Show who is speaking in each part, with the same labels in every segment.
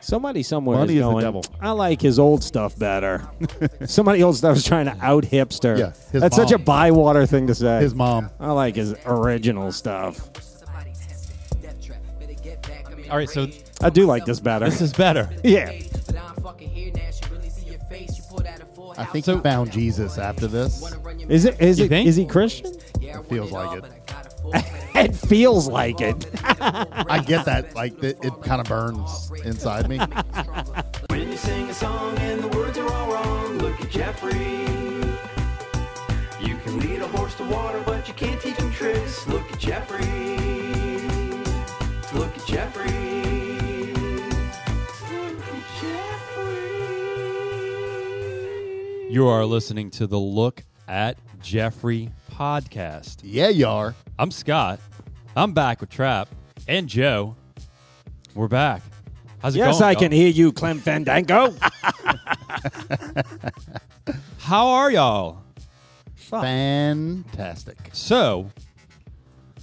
Speaker 1: Somebody somewhere
Speaker 2: Money
Speaker 1: is
Speaker 2: is the
Speaker 1: going.
Speaker 2: devil.
Speaker 1: I like his old stuff better. Somebody old stuff is trying to out hipster.
Speaker 3: Yeah, his
Speaker 1: that's such a
Speaker 3: mom.
Speaker 1: bywater thing to say.
Speaker 3: His mom.
Speaker 1: I like his original stuff.
Speaker 4: All right, so
Speaker 1: I do like this better.
Speaker 4: this is better.
Speaker 1: yeah.
Speaker 3: I think he found Jesus after this.
Speaker 1: Is it? Is
Speaker 4: You
Speaker 1: it?
Speaker 4: think?
Speaker 1: Is he Christian?
Speaker 3: It feels like it.
Speaker 1: It feels like it.
Speaker 3: I get that. Like that, it kind of burns inside me.
Speaker 5: When you sing a song and the words are all wrong, look at Jeffrey. You can lead a horse to water, but you can't teach him tricks. Look at Jeffrey. Look at Jeffrey. Look at Jeffrey.
Speaker 4: You are listening to the Look at Jeffrey podcast.
Speaker 3: yeah, you are.
Speaker 4: I'm Scott. I'm back with Trap and Joe. We're back. How's it going?
Speaker 1: yes, I can e-
Speaker 4: y'all?
Speaker 1: hear you, Clem Fandango.
Speaker 4: How are y'all?
Speaker 3: Fantastic.
Speaker 4: So,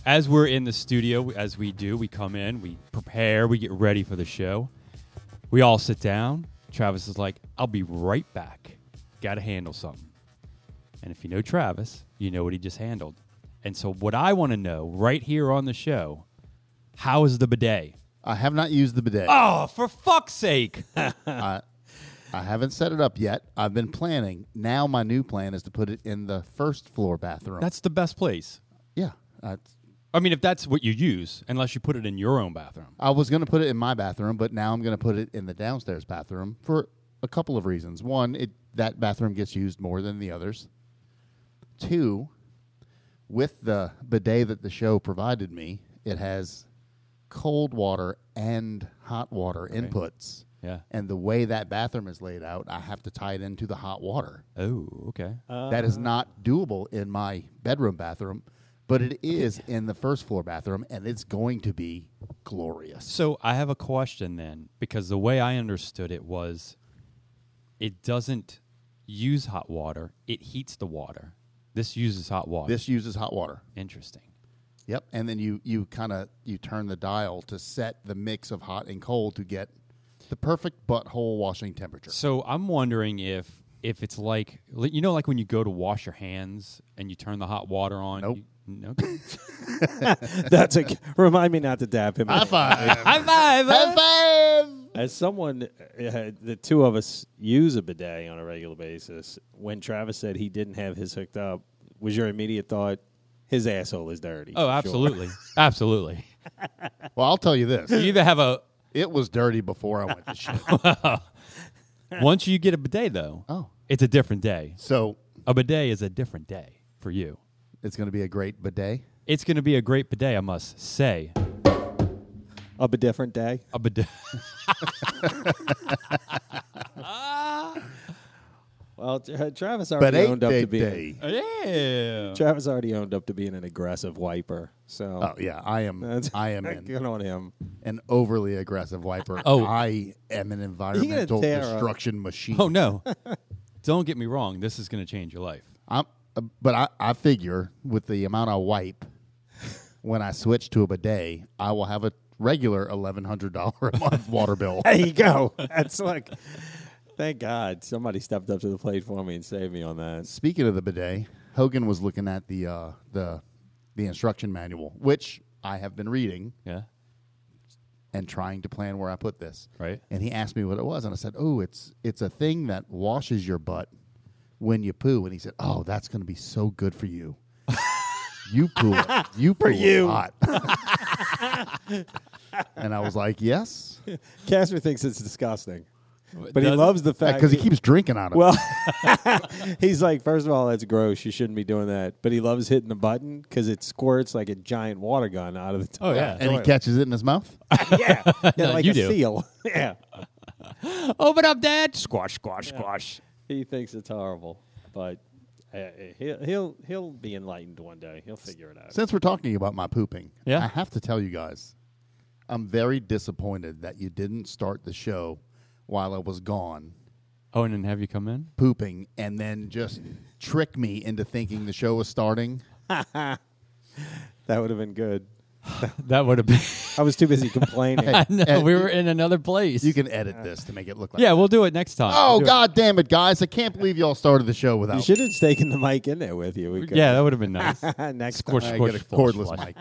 Speaker 4: as we're in the studio, as we do, we come in, we prepare, we get ready for the show. We all sit down. Travis is like, I'll be right back. Got to handle something. And if you know Travis, you know what he just handled. And so, what I want to know right here on the show how is the bidet?
Speaker 3: I have not used the bidet.
Speaker 4: Oh, for fuck's sake.
Speaker 3: I, I haven't set it up yet. I've been planning. Now my new plan is to put it in the first floor bathroom.
Speaker 4: That's the best place.
Speaker 3: yeah. I,
Speaker 4: I mean, if that's what you use, unless you put it in your own bathroom.
Speaker 3: I was going to put it in my bathroom, but now I'm going to put it in the downstairs bathroom for a couple of reasons. One, it that bathroom gets used more than the others. Two, with the bidet that the show provided me, it has cold water and hot water inputs.
Speaker 4: Yeah.
Speaker 3: And the way that bathroom is laid out, I have to tie it into the hot water.
Speaker 4: Oh, okay.
Speaker 3: that is not doable in my bedroom bathroom, but it is in the first floor bathroom, and it's going to be glorious.
Speaker 4: So I have a question then, because the way I understood it was it doesn't use hot water, it heats the water. This uses hot water.
Speaker 3: This uses hot water.
Speaker 4: Interesting.
Speaker 3: Yep. And then you you kind of you turn the dial to set the mix of hot and cold to get the perfect butthole washing temperature.
Speaker 4: So I'm wondering if if it's like li- you know like when you go to wash your hands and you turn the hot water on.
Speaker 3: Nope.
Speaker 4: you- no. Okay.
Speaker 1: That's a. Remind me not to dab him.
Speaker 3: High five.
Speaker 4: High five.
Speaker 3: High five.
Speaker 1: As someone, uh, the two of us use a bidet on a regular basis. When Travis said he didn't have his hooked up, was your immediate thought his asshole is dirty?
Speaker 4: Oh, absolutely, absolutely.
Speaker 3: Well, I'll tell you this.
Speaker 4: You either have a
Speaker 3: It was dirty before I went to shit.
Speaker 4: once you get a bidet though.
Speaker 3: Oh.
Speaker 4: it's a different day.
Speaker 3: So
Speaker 4: A bidet is a different day for you.
Speaker 3: it's going to be a great bidet.
Speaker 4: It's going to be a great bidet, I must say.
Speaker 1: Up a different day.
Speaker 4: A bidet.
Speaker 1: Well, Tra- Travis already
Speaker 3: Bidet
Speaker 1: owned up
Speaker 3: day
Speaker 1: to being.
Speaker 3: day.
Speaker 4: yeah.
Speaker 1: Travis already owned up to being an aggressive wiper. So
Speaker 3: Oh yeah, I am.
Speaker 1: that's
Speaker 3: I am in.
Speaker 1: good on him.
Speaker 3: an overly aggressive wiper.
Speaker 4: Oh.
Speaker 3: I am an environmental
Speaker 1: tear up.
Speaker 3: destruction machine.
Speaker 4: Oh no. Don't get me wrong. This is going to change your life.
Speaker 3: I'm, uh, but I, I figure with the amount I wipe, when I switch to a bidet, I will have a regular eleven hundred dollar a month water bill.
Speaker 1: There you go. That's like, thank God somebody stepped up to the plate for me and saved me on that.
Speaker 3: Speaking of the bidet, Hogan was looking at the uh, the the instruction manual, which I have been reading
Speaker 4: Yeah.
Speaker 3: and trying to plan where I put this.
Speaker 4: Right.
Speaker 3: And he asked me what it was, and I said, "Oh, it's it's a thing that washes your butt when you poo." And he said, "Oh, that's going to be so good for you. you poo, it. you poo
Speaker 1: you.
Speaker 3: a lot." and I was like, "Yes,"
Speaker 1: Casper thinks it's disgusting, but he
Speaker 4: Doesn't-
Speaker 1: loves the fact
Speaker 3: because Uh, he keeps drinking out of
Speaker 1: Well, he's like, first of all, that's gross. You shouldn't be doing that. But he loves hitting the button because it squirts like a giant water gun out of the
Speaker 4: Oh,
Speaker 1: top.
Speaker 4: yeah.
Speaker 3: it, and he catches it in his mouth.
Speaker 1: yeah, yeah, like
Speaker 4: you
Speaker 1: a
Speaker 4: do.
Speaker 1: seal. yeah,
Speaker 4: Open up, Dad. Squash, squash, squash.
Speaker 1: he thinks it's horrible, but uh, he'll he'll he'll be enlightened one day. He'll figure it out.
Speaker 3: Since we're talking about my pooping,
Speaker 4: Yeah.
Speaker 3: I have to tell you guys, I'm very disappointed that you didn't start the show while I was gone
Speaker 4: Oh, and then have you come in?
Speaker 3: pooping and then just trick me into thinking the show was starting.
Speaker 1: that would have been good.
Speaker 4: That would have been.
Speaker 1: I was too busy complaining.
Speaker 3: Hey,
Speaker 4: no,
Speaker 3: and
Speaker 4: we
Speaker 3: you-
Speaker 4: were in another place.
Speaker 3: You can edit this to make it look like.
Speaker 4: yeah, we'll do it next time.
Speaker 3: Oh
Speaker 4: We'll do it.
Speaker 3: God damn it, guys! I can't believe y'all started the show without.
Speaker 1: You should have taken the mic in there with you. We could-
Speaker 4: Yeah, that would have been nice.
Speaker 1: Next
Speaker 4: Squish,
Speaker 1: time.
Speaker 3: I
Speaker 4: squish,
Speaker 3: get a
Speaker 4: flush,
Speaker 3: cordless
Speaker 4: flush.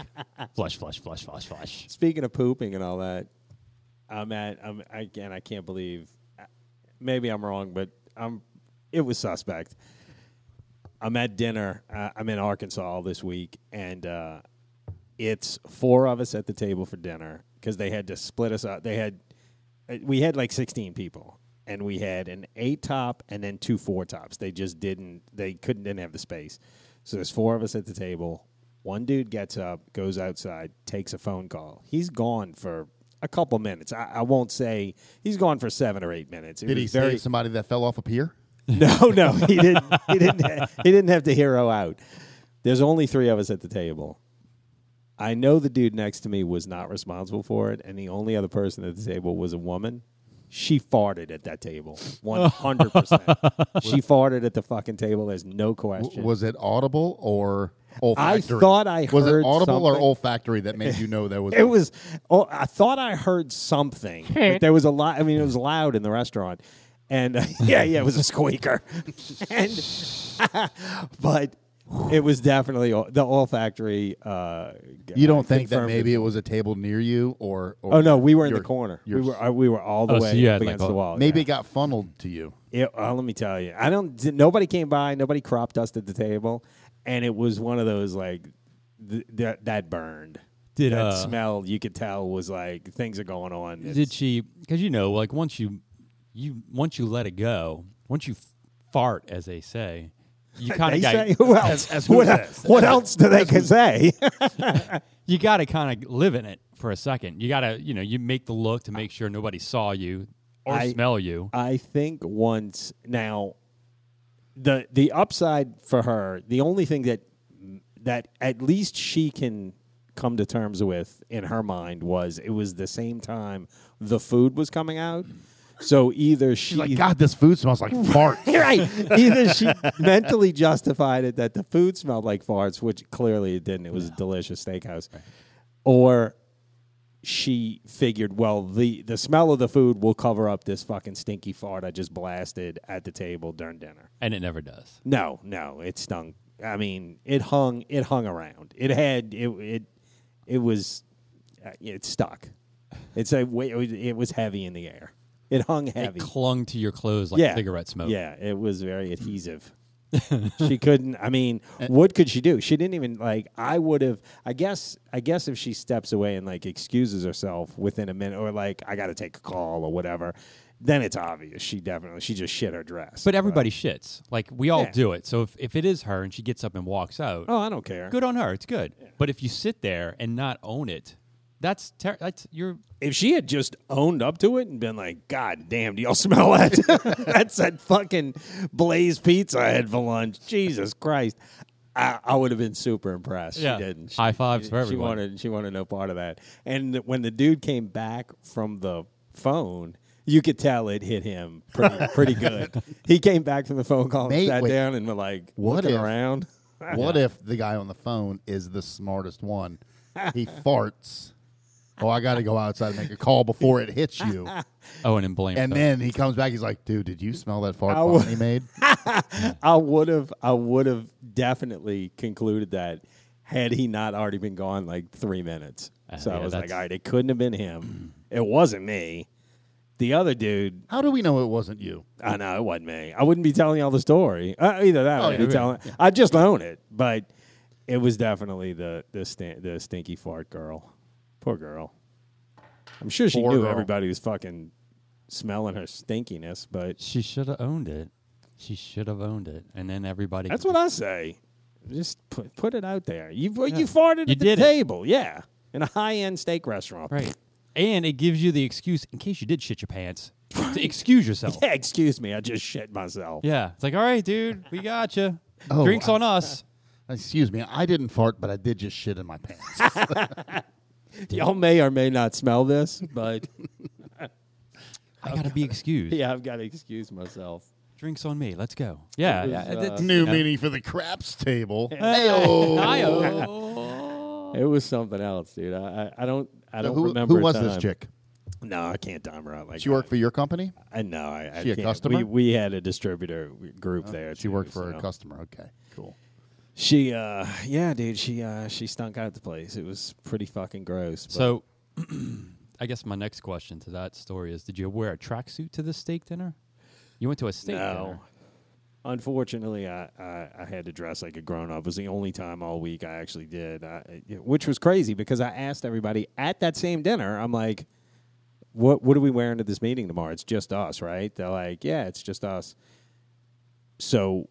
Speaker 4: Flush, flush, flush, flush, flush.
Speaker 1: Speaking of pooping and all that, I'm at. I'm again. I can't believe. uh, Maybe I'm wrong, but I'm. It was suspect. I'm at dinner. Uh, I'm in Arkansas this week, and uh, it's four of us at the table for dinner because they had to split us up. They had uh, we had like 16 people, and we had an eight top and then two four tops. They just didn't. They couldn't didn't have the space. So there's four of us at the table. One dude gets up, goes outside, takes a phone call. He's gone for a couple minutes. I, I won't say he's gone for seven or eight minutes. It
Speaker 3: Did
Speaker 1: was
Speaker 3: he
Speaker 1: very,
Speaker 3: save somebody that fell off a pier?
Speaker 1: no, no, he didn't. He didn't. He didn't have to hero out. There's only three of us at the table. I know the dude next to me was not responsible for it, and the only other person at the table was a woman. She farted at that table, one hundred percent. She farted at the fucking table. There's no question.
Speaker 3: W- was it audible or olfactory?
Speaker 1: thought I
Speaker 3: was
Speaker 1: heard
Speaker 3: it audible or
Speaker 1: something.
Speaker 3: olfactory that made you know there was.
Speaker 1: it was. Oh, I thought I heard something. but there was a lot. I mean, it was loud in the restaurant, and uh, yeah, yeah, it was a squeaker. and but it was definitely ol- the olfactory. Uh,
Speaker 3: You don't think that
Speaker 1: confirmed
Speaker 3: maybe
Speaker 1: it.
Speaker 3: it was a table near you or? or
Speaker 1: Oh no, we were in the
Speaker 3: your-
Speaker 1: corner. We
Speaker 3: your-
Speaker 1: were uh, we were all the
Speaker 4: Oh, so
Speaker 1: way
Speaker 4: you had,
Speaker 1: up
Speaker 4: like,
Speaker 1: against
Speaker 4: a-
Speaker 1: the wall.
Speaker 3: Maybe
Speaker 1: yeah.
Speaker 3: it got funneled to you.
Speaker 1: It, uh, let me tell you, I don't. d- Nobody came by. Nobody crop dusted the table, and it was one of those like th- that that burned.
Speaker 4: Did,
Speaker 1: that
Speaker 4: uh,
Speaker 1: smell you could tell was like things are going on.
Speaker 4: Did she? Because you know, like once you, you once you let it go, once you fart, as they say, you kind
Speaker 1: They
Speaker 4: of got
Speaker 1: say who else? what, what else do they can say?
Speaker 4: you got to kind of live in it for a second. You got to, you know, you make the look to make sure nobody saw you or
Speaker 1: I-
Speaker 4: smell you.
Speaker 1: I think once now, the the upside for her, the only thing that that at least she can come to terms with in her mind was it was the same time the food was coming out. So either she
Speaker 3: She's like, God, this food smells like fart.
Speaker 1: right. Either she mentally justified it that the food smelled like farts, which clearly it didn't. It was a delicious steakhouse. Or she figured, well, the, the smell of the food will cover up this fucking stinky fart I just blasted at the table during dinner.
Speaker 4: And it never does.
Speaker 1: No, no, it stunk. I mean, it hung it hung around. It had it it it was uh, it stuck. It's a wa- it was- it was heavy in the air. It hung heavy
Speaker 4: It clung to your clothes like cigarette smoke. Mm.
Speaker 1: yeah, it was very adhesive. she couldn't. I mean, what could she do? She didn't even like. I would have. I guess. I guess if she steps away and like excuses herself within a minute, or like I got to take a call or whatever, then it's obvious she definitely she just shit her dress.
Speaker 4: But everybody shits. Like we all
Speaker 1: Yeah.
Speaker 4: do it. So if, if it is her and she gets up and walks out,
Speaker 1: oh, I don't care.
Speaker 4: good on her. It's good. But if you sit there and not own it, that's ter- that's you're
Speaker 1: If she had just owned up to it and been like, "God damn, do y'all smell that? That's that fucking blaze pizza I had for lunch." Jesus Christ. I, I would have been super impressed.
Speaker 4: Yeah.
Speaker 1: She didn't. She-
Speaker 4: High fives
Speaker 1: she,
Speaker 4: for everyone.
Speaker 1: She wanted. She wanted no part of that. And when the dude came back from the phone, you could tell it hit him pretty, pretty good. He came back from the phone call, and
Speaker 3: Mate,
Speaker 1: sat
Speaker 3: wait.
Speaker 1: down, and were like
Speaker 3: What
Speaker 1: looking
Speaker 3: if-
Speaker 1: around.
Speaker 3: What if the guy on the phone is the smartest one? He farts. Oh, I got to go outside and make a call before it hits you.
Speaker 4: Owen Oh, and blame.
Speaker 3: And
Speaker 4: her.
Speaker 3: then he comes back. He's like, dude, did you smell that fart
Speaker 1: I wa-
Speaker 3: bomb he made?
Speaker 1: I would have I would have definitely concluded that had he not already been gone like three minutes. so I
Speaker 4: Uh, yeah,
Speaker 1: was like,
Speaker 4: that's-
Speaker 1: all right, it couldn't have been him. it wasn't me. The other dude,
Speaker 3: How do we know it wasn't you?
Speaker 1: I know it wasn't me. I wouldn't be telling y'all the story. Uh, either that, or
Speaker 4: Oh,
Speaker 1: I'd
Speaker 3: yeah,
Speaker 1: be
Speaker 3: yeah,
Speaker 1: telling. I just own it, but it was definitely the the stin- the stinky fart girl. Poor girl. I'm sure she
Speaker 3: Poor
Speaker 1: knew
Speaker 3: girl.
Speaker 1: everybody was fucking smelling her stinkiness, but
Speaker 4: she should have owned it. She should have owned it. And then everybody
Speaker 1: That's what I say. Just put put it out there. You you farted
Speaker 4: You
Speaker 1: at the
Speaker 4: did it.
Speaker 1: table, yeah, in a high end steak restaurant.
Speaker 4: Right. And it gives you the excuse in case you did shit your pants to excuse yourself.
Speaker 1: Yeah, excuse me, I just shit myself.
Speaker 4: Yeah. It's like, all right, dude, we got you.
Speaker 3: Oh,
Speaker 4: Drinks
Speaker 3: I-
Speaker 4: on us.
Speaker 3: Excuse me, I didn't fart, but I did just shit in my pants.
Speaker 1: Y'all may or may not smell this, but
Speaker 4: I got to be excused.
Speaker 1: yeah, I've got to excuse myself.
Speaker 4: Drinks on me. Let's go. Yeah.
Speaker 1: was,
Speaker 4: yeah,
Speaker 1: uh,
Speaker 4: that's-
Speaker 3: New
Speaker 4: Yeah.
Speaker 3: meaning for the craps table.
Speaker 4: Ayo.
Speaker 3: Ayo.
Speaker 1: It was something else, dude. I, I, I don't I
Speaker 3: So
Speaker 1: don't
Speaker 3: who,
Speaker 1: remember.
Speaker 3: who
Speaker 1: a
Speaker 3: was this
Speaker 1: time.
Speaker 3: chick?
Speaker 1: No, I can't time her out like
Speaker 3: Did she work
Speaker 1: that.
Speaker 3: for your company?
Speaker 1: I know. I, I
Speaker 3: She a
Speaker 1: can't.
Speaker 3: customer? Oh,
Speaker 1: We, we had a distributor group there.
Speaker 3: She worked for
Speaker 1: so.
Speaker 3: a customer. Okay, cool.
Speaker 1: She, uh, yeah, dude. She, uh, she stunk out the place. It was pretty fucking gross. but-
Speaker 4: So, I guess my next question to that story is: Did you wear a tracksuit to the steak dinner? You went to a steak dinner.
Speaker 1: no. Unfortunately, I, I, I had to dress like a grown up. It was the only time all week I actually did, I, which was crazy because I asked everybody at that same dinner, I'm like, what, what are we wearing to this meeting tomorrow? It's just us, right? They're like, yeah, it's just us. So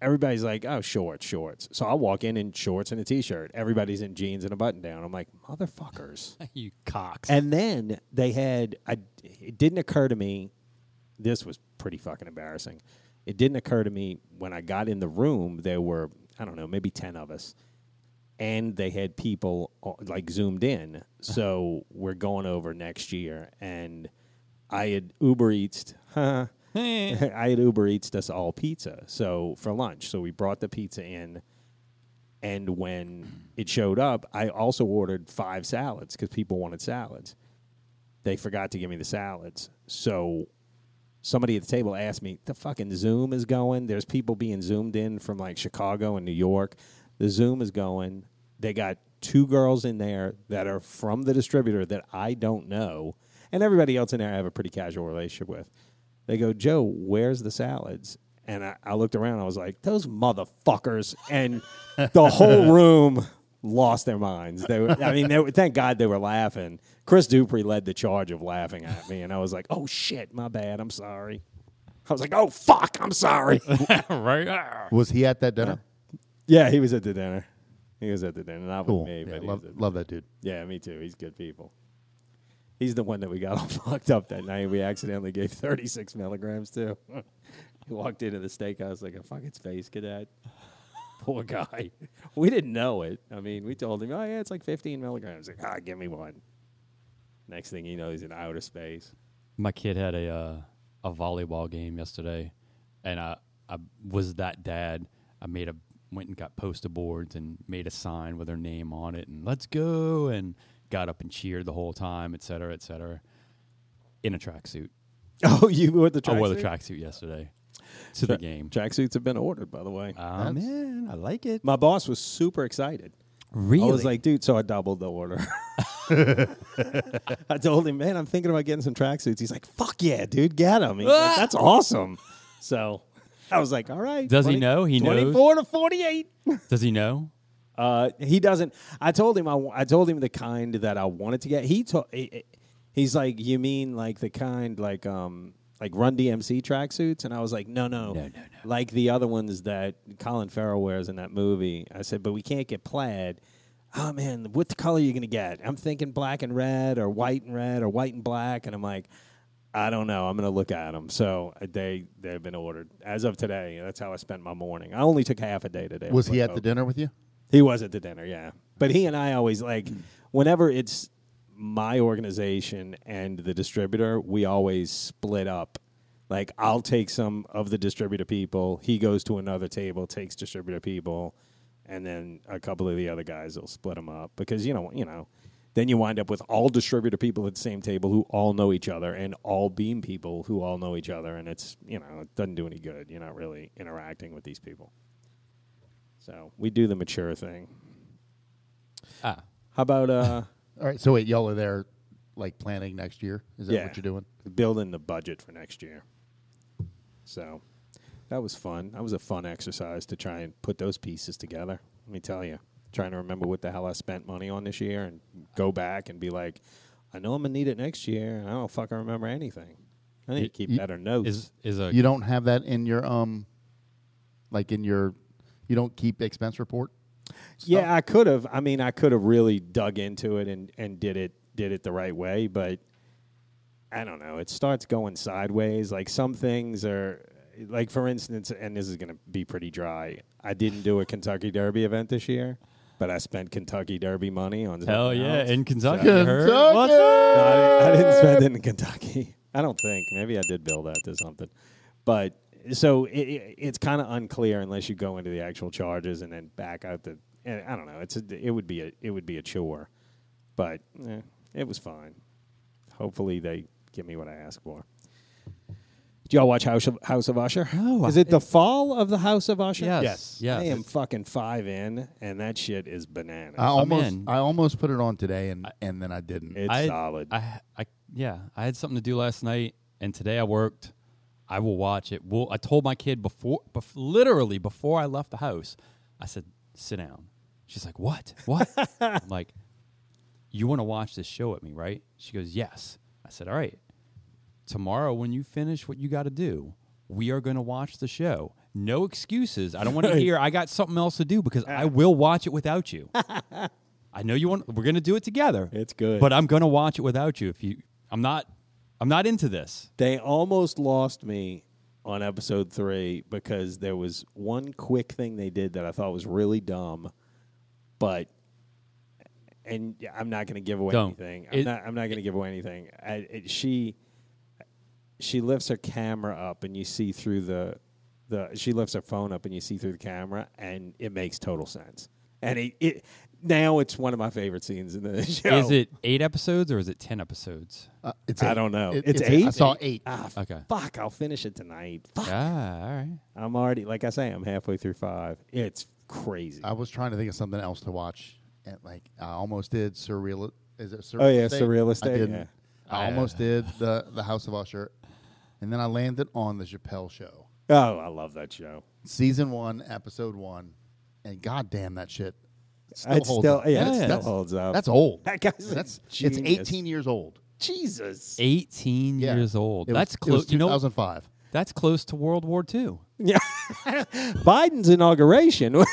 Speaker 1: everybody's like, oh, shorts, shorts. So I walk in in shorts and a t shirt. Everybody's in jeans and a button down. I'm like, motherfuckers.
Speaker 4: you cocks.
Speaker 1: And then they had, I, it didn't occur to me, this was pretty fucking embarrassing. It didn't occur to me when I got in the room, there were, I don't know, maybe 10 of us. And they had people uh, like zoomed in. So we're going over next year. And I had Uber Eats, huh? I had Uber Eats us all pizza. So for lunch. So we brought the pizza in. And when it showed up, I also ordered five salads because people wanted salads. They forgot to give me the salads. So somebody at the table asked me, the fucking Zoom is going. There's people being Zoomed in from like Chicago and New York. The Zoom is going. They got two girls in there that are from the distributor that I don't know. And everybody else in there I have a pretty casual relationship with. They go, Joe, where's the salads? And I, I looked around. I was like, those motherfuckers. And the whole room lost their minds. They were, I mean, they were, thank God they were laughing. Chris Dupree led the charge of laughing at me. And I was like, oh, shit, my bad. I'm sorry. I was like, oh, fuck, I'm sorry.
Speaker 4: right? Ah.
Speaker 3: Was he at that dinner?
Speaker 1: yeah, he was at the dinner. He was at the dinner. Not
Speaker 3: Cool.
Speaker 1: with me,
Speaker 3: Yeah,
Speaker 1: but he
Speaker 3: love,
Speaker 1: was at the-
Speaker 3: love that dude.
Speaker 1: yeah, me too. He's good people. He's the one that we got all fucked up that night. We accidentally gave 36 milligrams to. he walked into the steakhouse like a fucking space cadet. Poor guy. We didn't know it. I mean, we told him, oh, yeah, it's like 15 milligrams. Like, ah, give me one. Next thing you know, he's in outer space.
Speaker 4: My kid had a uh, a volleyball game yesterday, and I I was that dad. I made a went and got poster boards and made a sign with her name on it, and let's go, and got up and cheered the whole time, et cetera, et cetera, in a tracksuit.
Speaker 1: Oh, you wore the
Speaker 4: I
Speaker 1: tracksuit?
Speaker 4: wore the tracksuit yesterday to the game.
Speaker 1: Tracksuits have been ordered, by the way.
Speaker 4: Oh man, I like it.
Speaker 1: My boss was super excited.
Speaker 4: Really?
Speaker 1: I was like, dude, so I doubled the order. I told him, man, I'm thinking about getting some tracksuits. He's like, fuck yeah, dude, get them. He's like, That's awesome. So I was like, all right.
Speaker 4: Does he know? He knows?
Speaker 1: 24 to 48.
Speaker 4: does he know?
Speaker 1: Uh, he doesn't. I told him. I, wa- I told him the kind that I wanted to get. He told. He's like, you mean like the kind like um like Run DMC tracksuits? And I was like, no, no,
Speaker 4: No, no, no.
Speaker 1: like the other ones that Colin Farrell wears in that movie. I said, but we can't get plaid. Oh man, what color are you gonna get? I'm thinking black and red, or white and red, or white and black. And I'm like, I don't know. I'm gonna look at them. So uh, they they've been ordered as of today. That's how I spent my morning. I only took half a day today.
Speaker 3: Was he
Speaker 1: Like,
Speaker 3: at
Speaker 1: oh,
Speaker 3: the dinner with you?
Speaker 1: he was at the dinner, yeah. But he and I always like whenever it's my organization and the distributor, we always split up. Like I'll take some of the distributor people, he goes to another table, takes distributor people, and then a couple of the other guys will split them up because you know, you know, then you wind up with all distributor people at the same table who all know each other and all beam people who all know each other and it's, you know, it doesn't do any good. You're not really interacting with these people. So we do the mature thing.
Speaker 4: Ah,
Speaker 1: How about uh,
Speaker 3: All right. So wait, y'all are there, like planning next year? Is that
Speaker 1: Yeah.
Speaker 3: what you're doing?
Speaker 1: building the budget for next year? So that was fun. That was a fun exercise to try and put those pieces together. Let me tell you, trying to remember what the hell I spent money on this year and go back and be like, I know I'm gonna need it next year, and I don't fucking remember anything. I need to keep
Speaker 3: you-
Speaker 1: better notes.
Speaker 4: is is a
Speaker 3: You don't have that in your um, like in your, you don't keep expense report.
Speaker 1: Yeah, I could have. I mean, I could have really dug into it and and did it did it the right way, but I don't know. It starts going sideways. Like some things are like for instance, and this is going to be pretty dry. I didn't do a Kentucky Derby event this year, but I spent Kentucky Derby money on
Speaker 4: hell
Speaker 1: something
Speaker 4: yeah
Speaker 1: else.
Speaker 4: in Kentucky.
Speaker 1: So-
Speaker 4: I heard. What's up?
Speaker 1: No, I, I didn't spend it in Kentucky. I don't think. Maybe I did bill that to something, but so it, it, it's kind of unclear unless you go into the actual charges and then back out the and I don't know. It's a, it would be a it would be a chore, but eh, it was fine. Hopefully they give me what I ask for. Do y'all watch House of, House of Usher?
Speaker 4: No,
Speaker 1: Is
Speaker 4: I-
Speaker 1: it the fall of the House of Usher?
Speaker 4: Yes, Yes. yes.
Speaker 1: I am fucking five in, and that shit is bananas.
Speaker 3: I almost
Speaker 4: in.
Speaker 3: I almost put it on today and and then I didn't.
Speaker 1: it's
Speaker 4: I,
Speaker 1: solid.
Speaker 4: I, I, yeah, I had something to do last night, and today I worked. I will watch it. Well, I told my kid before, bef- literally before I left the house, I said, "Sit down." She's like, "What? What?" I'm like, "You want to watch this show with me, right?" She goes, "Yes." I said, "All right." Tomorrow, when you finish what you got to do, we are going to watch the show. No excuses. I don't want to hear. I got something else to do because I will watch it without you. I know you want. We're going to do it together.
Speaker 1: It's good.
Speaker 4: But I'm going to watch it without you. If you, I'm not. I'm not into this.
Speaker 1: They almost lost me on episode three because there was one quick thing they did that I thought was really dumb, but and yeah, I'm not going to give away
Speaker 4: Don't.
Speaker 1: anything.
Speaker 4: It-
Speaker 1: I'm not. I'm not going to give away anything. I, it, she she lifts her camera up and you see through the the. She lifts her phone up and you see through the camera, and it makes total sense. And it, it now it's one of my favorite scenes in the show.
Speaker 4: Is it eight episodes or is it ten episodes?
Speaker 3: Uh, it's
Speaker 1: I
Speaker 3: eight.
Speaker 1: don't know.
Speaker 3: It-
Speaker 1: It's eight?
Speaker 3: I saw eight.
Speaker 1: Ah, f-
Speaker 4: Okay.
Speaker 1: Fuck! I'll finish it tonight. Fuck.
Speaker 4: Ah, all right.
Speaker 1: I'm already, like I say, I'm halfway through five. It's crazy.
Speaker 3: I was trying to think of something else to watch, and like I almost did surreal. Is it surreal?
Speaker 1: Oh, yeah,
Speaker 3: estate?
Speaker 1: Surreal
Speaker 3: I
Speaker 1: Estate,
Speaker 3: didn't.
Speaker 1: yeah.
Speaker 3: I
Speaker 4: I-
Speaker 3: almost did the the House of Usher, and then I landed on the Chappelle Show,
Speaker 1: oh, I love that show.
Speaker 3: season one, episode one, and goddamn that shit. Still
Speaker 1: It's
Speaker 3: holds
Speaker 1: still-
Speaker 3: up.
Speaker 1: yeah, it
Speaker 3: that's,
Speaker 1: still
Speaker 3: that's-
Speaker 1: holds up.
Speaker 3: That's old.
Speaker 1: That guy's a
Speaker 3: that's it's
Speaker 1: genius.
Speaker 3: eighteen years old.
Speaker 1: Jesus.
Speaker 4: Eighteen
Speaker 3: Yeah.
Speaker 4: years old.
Speaker 3: It was-
Speaker 4: that's
Speaker 3: it was
Speaker 4: close. You know,
Speaker 3: 2005.
Speaker 4: that's close to World War II.
Speaker 1: Yeah. Biden's inauguration.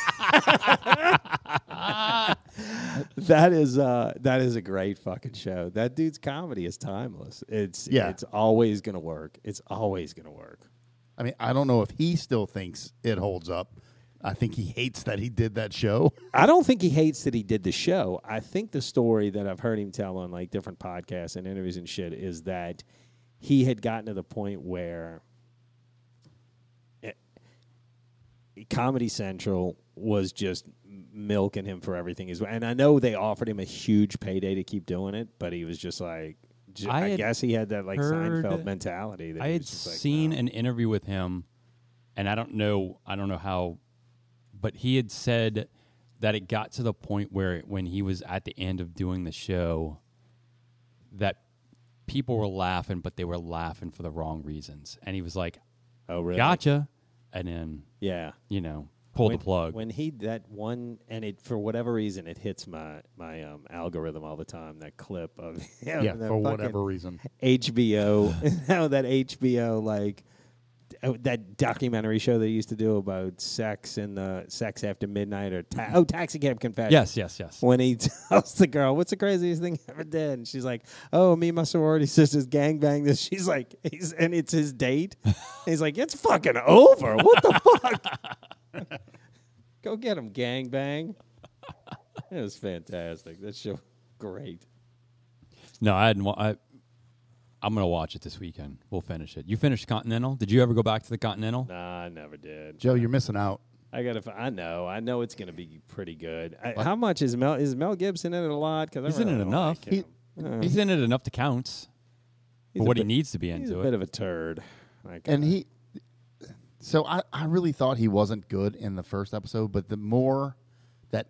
Speaker 1: that is uh that is a great fucking show. That dude's comedy is timeless. It's
Speaker 3: Yeah.
Speaker 1: it's always gonna work. It's always gonna work.
Speaker 3: I mean, I don't know if he still thinks it holds up. I think he hates that he did that show.
Speaker 1: I don't think he hates that he did the show. I think the story that I've heard him tell on like different podcasts and interviews and shit is that he had gotten to the point where eh, Comedy Central was just milking him for everything. he's- And I know they offered him a huge payday to keep doing it, but he was just like, j-
Speaker 4: I
Speaker 1: I,
Speaker 4: had
Speaker 1: guess he had that like
Speaker 4: heard-
Speaker 1: Seinfeld mentality. That
Speaker 4: I
Speaker 1: he
Speaker 4: had
Speaker 1: was just like,
Speaker 4: seen
Speaker 1: "No."
Speaker 4: an interview with him, and I don't know, I don't know how, but he had said that it got to the point where when he was at the end of doing the show, that people were laughing, but they were laughing for the wrong reasons, and he was like,
Speaker 1: oh really?
Speaker 4: "Gotcha," and then
Speaker 1: Yeah.
Speaker 4: you know, pulled
Speaker 1: when,
Speaker 4: the plug.
Speaker 1: When he that one and it for whatever reason it hits my my um, algorithm all the time. That clip of him
Speaker 3: yeah,
Speaker 1: that
Speaker 3: for
Speaker 1: fucking
Speaker 3: whatever reason.
Speaker 1: HBO, no, that HBO like oh, that documentary show they used to do about sex and the sex after midnight or ta- oh taxi cab confession.
Speaker 4: yes, yes, yes.
Speaker 1: When he tells the girl, "What's the craziest thing you ever did?" and she's like, "Oh, me and my sorority sisters gangbanged this." She's like, "He's and it's his date." he's like, "It's fucking over. What the fuck? Go get him, gangbang." It was fantastic. That show, great.
Speaker 4: No, I hadn't. Wa- I, I'm gonna watch it this weekend. We'll finish it. You finished Continental. Did you ever go back to the Continental?
Speaker 1: Nah, I never did.
Speaker 3: Joe, you're missing out.
Speaker 1: I gotta. fi- I know. I know it's gonna be pretty good. I, how much is Mel? Is Mel Gibson in it a lot? Because
Speaker 4: He's in it enough.
Speaker 3: He,
Speaker 4: He's in it enough to count.
Speaker 1: He's
Speaker 4: but
Speaker 1: a
Speaker 4: what he
Speaker 1: bit-
Speaker 4: needs to be
Speaker 1: He's a
Speaker 4: into
Speaker 1: bit
Speaker 4: it.
Speaker 1: of a turd. Like,
Speaker 3: and
Speaker 1: uh,
Speaker 3: he so I, I really thought he wasn't good in the first episode but the more that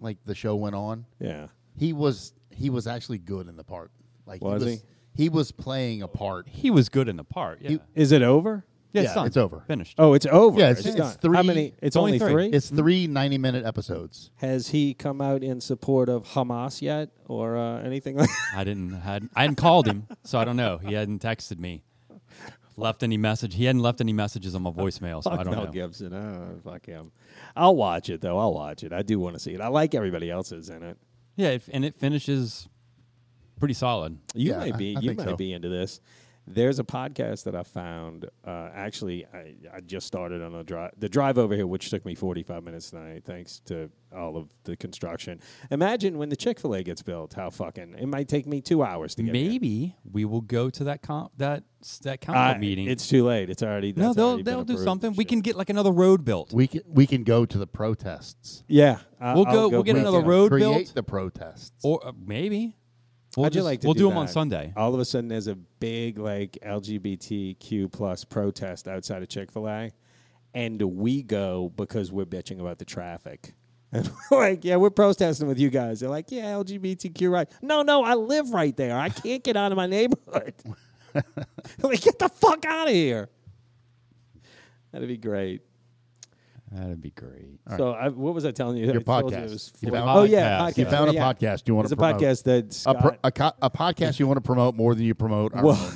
Speaker 3: like the show went on
Speaker 1: yeah.
Speaker 3: he was he was actually good in the part like
Speaker 1: Was
Speaker 3: he was, he was playing a part
Speaker 4: He was good in the part. Yeah,
Speaker 3: He-
Speaker 1: Is it over?
Speaker 4: yeah,
Speaker 3: yeah,
Speaker 4: it's, done.
Speaker 3: it's over.
Speaker 4: Finished.
Speaker 1: Oh, it's over.
Speaker 3: Yeah, it's- it's
Speaker 1: done.
Speaker 3: three-
Speaker 1: How many? It's only, three.
Speaker 3: it's
Speaker 1: Hmm.
Speaker 3: three 90 minute episodes
Speaker 1: Has he come out in support of Hamas yet, or uh, anything like?
Speaker 4: I didn't had I hadn't called him, so I don't know. He hadn't texted me, left any message. He hadn't left any messages on my voicemail, so I
Speaker 1: Fuck
Speaker 4: don't
Speaker 1: Mel
Speaker 4: know.
Speaker 1: Gibson. Oh, fuck him. I'll watch it though. I'll watch it. I do want to see it. I like everybody else's in it.
Speaker 4: Yeah, it, and it finishes pretty solid.
Speaker 1: You
Speaker 3: Yeah,
Speaker 1: might
Speaker 3: I-
Speaker 1: be.
Speaker 3: I
Speaker 1: you
Speaker 3: think
Speaker 1: might
Speaker 3: so.
Speaker 1: be into this. There's a podcast that I found. Uh, actually, I, I just started on the drive, the drive over here, which took me 45 minutes tonight, thanks to all of the construction. Imagine when the Chick Fil A gets built, how fucking it might take me two hours to get there.
Speaker 4: Maybe we will go to that comp that that
Speaker 1: Uh,
Speaker 4: comp meeting.
Speaker 1: It's too late. It's already
Speaker 4: no,
Speaker 1: that's
Speaker 4: they'll
Speaker 1: already been
Speaker 4: they'll do
Speaker 1: approved
Speaker 4: something.
Speaker 1: and
Speaker 4: We
Speaker 1: shit.
Speaker 4: can get like another road built.
Speaker 3: We can, we can go to the protests.
Speaker 1: yeah. I-
Speaker 4: We'll
Speaker 1: I'll
Speaker 4: go- we'll get
Speaker 1: with
Speaker 4: another
Speaker 1: you.
Speaker 4: road
Speaker 3: Create
Speaker 4: built?
Speaker 3: the protests.
Speaker 1: Oh.
Speaker 4: or uh, maybe we'll
Speaker 1: How'd you
Speaker 4: just-
Speaker 1: like to
Speaker 4: we'll
Speaker 1: do,
Speaker 4: do, them on
Speaker 1: that?
Speaker 4: Sunday.
Speaker 1: All of a sudden, there's a big like LGBTQ plus protest outside of Chick Fil A, and we go because we're bitching about the traffic. And we're like, yeah, we're protesting with you guys. They're like, yeah, LGBTQ right? No, no, I live right there. I can't get out of my neighborhood. like, get the fuck out of here. That'd be great.
Speaker 4: That'd be great.
Speaker 1: So, I, what was I telling you?
Speaker 3: Your
Speaker 1: I told you it
Speaker 3: podcast.
Speaker 1: was
Speaker 3: You
Speaker 1: four-
Speaker 3: found
Speaker 1: oh
Speaker 4: a
Speaker 1: yeah,
Speaker 4: podcast.
Speaker 1: podcast.
Speaker 4: You
Speaker 3: found a
Speaker 1: Yeah.
Speaker 3: podcast you wanna
Speaker 1: It's a
Speaker 3: promote.
Speaker 1: podcast that
Speaker 3: A,
Speaker 1: Scott,
Speaker 3: pro, a, co- a podcast you want to promote more than you promote our
Speaker 1: Well-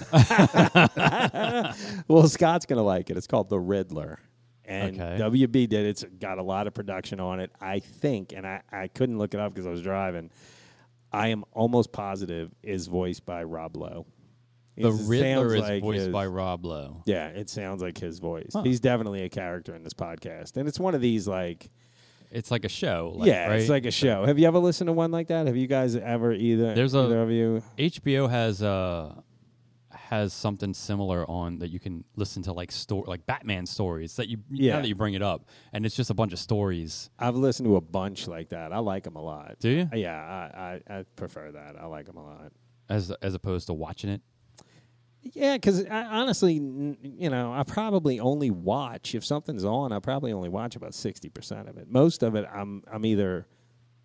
Speaker 3: own.
Speaker 1: well, Scott's gonna like it. It's called The Riddler, and
Speaker 4: Okay.
Speaker 1: WB did it. It's got a lot of production on it, I think. And I, I couldn't look it up because I was driving. I am almost positive is voiced by Rob Lowe.
Speaker 4: The
Speaker 1: It sounds
Speaker 4: Riddler is
Speaker 1: like
Speaker 4: voiced
Speaker 1: his-
Speaker 4: by Rob Lowe.
Speaker 1: Yeah, it sounds like his voice.
Speaker 4: Huh.
Speaker 1: He's definitely a character in this podcast, and it's one of these like
Speaker 4: It's like a show. Like,
Speaker 1: yeah, it's
Speaker 4: right?
Speaker 1: like a show. Have you ever listened to one like that? Have you guys ever either?
Speaker 4: There's a-
Speaker 1: either of you.
Speaker 4: HBO has uh has something similar on that you can listen to like story like Batman stories that you now
Speaker 1: Yeah.
Speaker 4: that you bring it up and it's just a bunch of stories.
Speaker 1: I've listened to a bunch like that. I like them a lot. Uh,
Speaker 4: Do you?
Speaker 1: Yeah, I, I, I prefer that. I like them a lot.
Speaker 4: As as opposed to watching it.
Speaker 1: Yeah, because honestly, n- you know, I probably only watch if something's on. I probably only watch about sixty percent of it. Most of it, I'm I'm either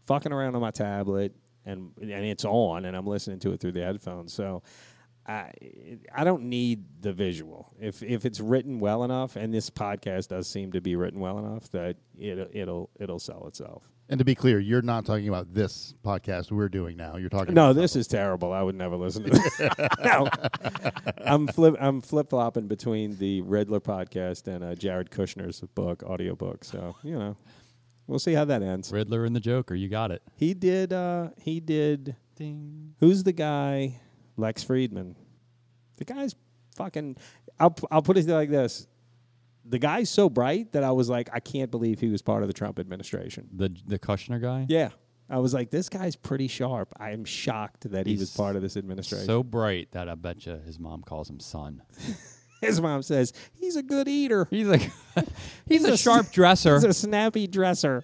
Speaker 1: fucking around on my tablet and and it's on, and I'm listening to it through the headphones. So I I don't need the visual. If if it's written well enough, and this podcast does seem to be written well enough that it it'll it'll sell itself.
Speaker 3: And to be clear, you're not talking about this podcast we're doing now. You're talking
Speaker 1: No,
Speaker 3: about
Speaker 1: this is terrible. I would never listen to this. no. I'm flip I'm flip flopping between the Riddler podcast and uh, Jared Kushner's book, audiobook. So, you know. We'll see how that ends.
Speaker 4: Riddler and the Joker, you got it.
Speaker 1: He did uh he did
Speaker 4: Ding.
Speaker 1: who's the guy? Lex Friedman. The guy's fucking I'll p- I'll put it like this. The guy's so bright that I was like, I can't believe he was part of the Trump administration.
Speaker 4: The the Kushner guy?
Speaker 1: Yeah. I was like, this guy's pretty sharp. I am shocked that he
Speaker 4: He's
Speaker 1: was part of this administration.
Speaker 4: So bright that I bet you his mom calls him son.
Speaker 1: His mom says he's a good eater.
Speaker 4: He's like he's, a,
Speaker 1: a
Speaker 4: sharp dresser.
Speaker 1: He's a snappy dresser.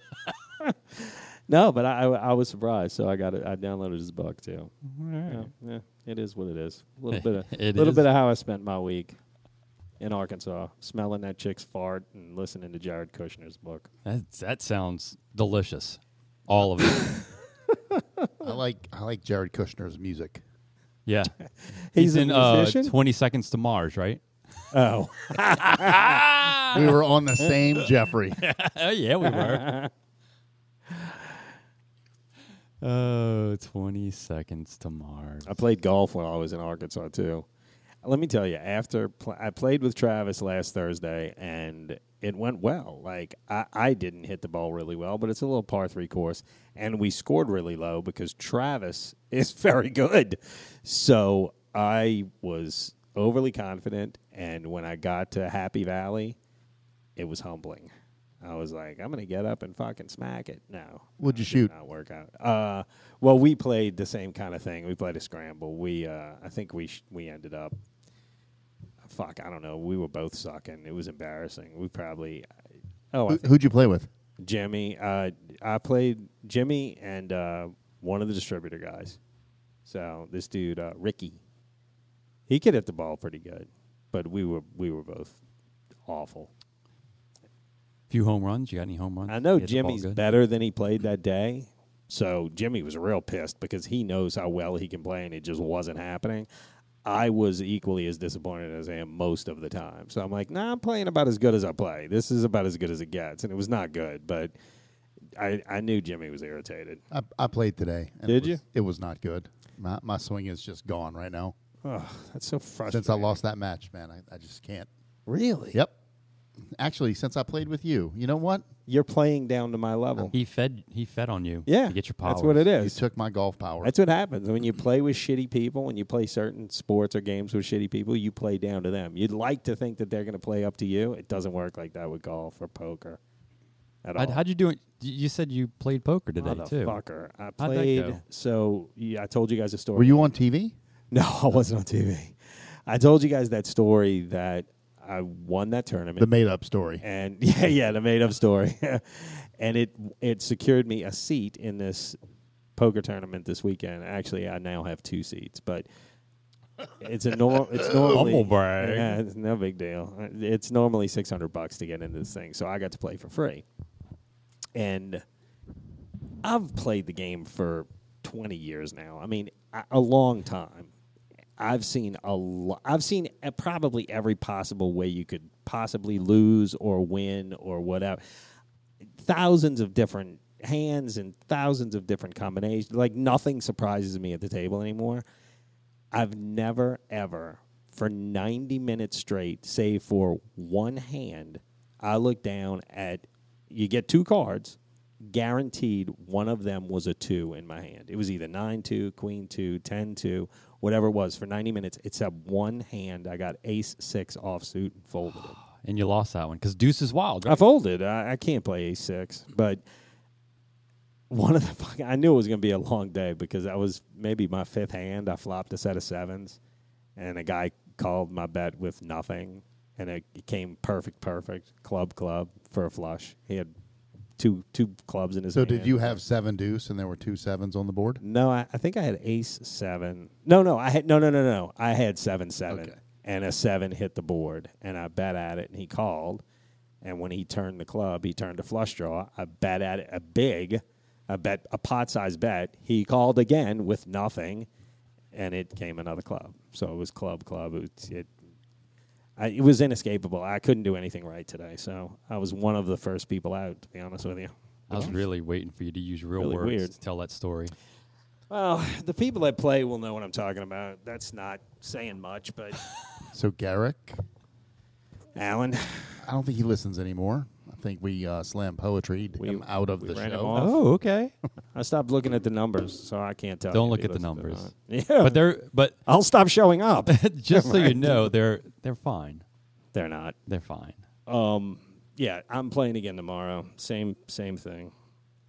Speaker 1: no, but I, I I was surprised, so I got it. I downloaded his book too. Yeah, yeah, it is what it is. A little bit of
Speaker 4: It
Speaker 1: little
Speaker 4: is.
Speaker 1: bit of how I spent my week in Arkansas, smelling that chick's fart and listening to Jared Kushner's book.
Speaker 4: that, that sounds delicious. All of it.
Speaker 3: I like I like Jared Kushner's music.
Speaker 4: yeah.
Speaker 1: He's a
Speaker 4: in uh,
Speaker 1: musician?
Speaker 4: 20 seconds to Mars, right?
Speaker 1: Oh, Ah.
Speaker 3: We were on the same Jeffrey.
Speaker 4: Oh yeah, we were. Oh, 20 seconds to Mars.
Speaker 1: I played golf when I was in Arkansas too. Let me tell you, after pl- I played with Travis last Thursday, and it went well. Like I, I didn't hit the ball really well, but it's a little par three course, and we scored really low because Travis is very good. So I was overly confident, and when I got to Happy Valley, it was humbling. I was like, I'm gonna get up and fucking smack it. No,
Speaker 3: What'd you
Speaker 1: It did
Speaker 3: shoot?
Speaker 1: Not work out. Uh, well, we played the same kind of thing. We played a scramble. We, uh, I think we sh- we ended up. Fuck, I don't know. We were both sucking. It was embarrassing. We probably. Oh, I
Speaker 3: Who,
Speaker 1: think
Speaker 3: who'd you play with?
Speaker 1: Jimmy. Uh, I played Jimmy and uh, one of the distributor guys. So this dude uh, Ricky, he could hit the ball pretty good, but we were we were both awful.
Speaker 4: few home runs. You got any home runs?
Speaker 1: I know
Speaker 4: You hit the ball
Speaker 1: Jimmy's
Speaker 4: good?
Speaker 1: better than he played that day. So Jimmy was real pissed because he knows how well he can play and it just wasn't happening. I was equally as disappointed as I am most of the time. So I'm like, nah, I'm playing about as good as I play. This is about as good as it gets. And it was not good, but I, I knew Jimmy was irritated.
Speaker 3: I, I played today. and
Speaker 1: Did
Speaker 3: it was,
Speaker 1: you?
Speaker 3: It was not good. My, my swing is just gone right now.
Speaker 1: Oh, that's so frustrating.
Speaker 3: Since I lost that match, man, I, I just can't.
Speaker 1: Really?
Speaker 3: Yep. Actually, since I played with you, you know what?
Speaker 1: you're playing down to my level.
Speaker 4: He fed he fed on you.
Speaker 1: yeah,
Speaker 4: to get your power.
Speaker 1: That's what it
Speaker 3: You
Speaker 1: is.
Speaker 3: took my golf power.
Speaker 1: That's what happens when you play with shitty people. When you play certain sports or games with shitty people, you play down to them. You'd like to think that they're going to play up to you. It doesn't work like that with golf or poker at all.
Speaker 4: How'd, how'd you do it? You- You said you played poker today too.
Speaker 1: Motherfucker. I
Speaker 4: that
Speaker 1: played.
Speaker 4: go?
Speaker 1: So yeah, I told you guys a story.
Speaker 3: Were you on TV?
Speaker 1: No, I wasn't on TV. I told you guys that story that I won that tournament.
Speaker 3: The made up story.
Speaker 1: and yeah, yeah, the made up story. and it it secured me a seat in this poker tournament this weekend. Actually, I now have two seats, but it's a normal. It's normally
Speaker 4: Humble brag.
Speaker 1: Yeah, it's no big deal. It's normally six hundred bucks to get into this thing, so I got to play for free. And I've played the game for twenty years now. I mean, a- a long time. I've seen a lot. I've seen uh, probably every possible way you could possibly lose or win or whatever. Thousands of different hands and thousands of different combinations. Like nothing surprises me at the table anymore. I've never ever for 90 minutes straight, save for one hand, I looked down at you get two cards, guaranteed one of them was a 2 in my hand. It was either 9 2, queen 2, 10 2, whatever it was for 90 minutes except one hand I got ace 6 offsuit and folded it.
Speaker 4: And you lost that one because Deuce is wild. Right?
Speaker 1: I folded. I, I can't play ace six, but one of the fucking, I knew it was going to be a long day because I was maybe my fifth hand. I flopped a set of sevens, and a guy called my bet with nothing, and it came perfect, perfect club, club for a flush. He had two two clubs in his.
Speaker 3: So did
Speaker 1: hand.
Speaker 3: you have seven deuce and there were two sevens on the board?
Speaker 1: No, I, I think I had ace seven. No, no, I had no, no, no, no. I had seven seven,
Speaker 3: Okay.
Speaker 1: and a seven hit the board, and I bet at it, and he called, and when he turned the club, he turned a flush draw. I bet at it a big, I bet a pot size bet. He called again with nothing, and it came another club. So it was club club. It was- it, I, it was inescapable. I couldn't do anything right today, so I was one of the first people out. To be honest with you.
Speaker 4: I was really waiting for you to use real
Speaker 1: Oh, Really
Speaker 4: words
Speaker 1: weird.
Speaker 4: to tell that story.
Speaker 1: Well, the people that play will know what I'm talking about. That's not saying much, but
Speaker 3: So Garrick,
Speaker 1: Alan,
Speaker 3: I don't think he listens anymore. I think we uh, slam poetry
Speaker 1: We-
Speaker 3: him out of
Speaker 1: we
Speaker 3: the
Speaker 1: ran him
Speaker 3: show.
Speaker 1: off. Oh,
Speaker 4: okay.
Speaker 1: I stopped looking at the numbers, so I can't tell.
Speaker 4: Don't
Speaker 1: you
Speaker 4: look
Speaker 1: if
Speaker 4: at the
Speaker 1: he listened or
Speaker 4: numbers.
Speaker 1: not. Yeah,
Speaker 4: But they're but
Speaker 1: I'll stop showing up.
Speaker 4: just so you know, they're they're fine.
Speaker 1: They're not.
Speaker 4: They're fine.
Speaker 1: Um, yeah, I'm playing again tomorrow. Same, same thing,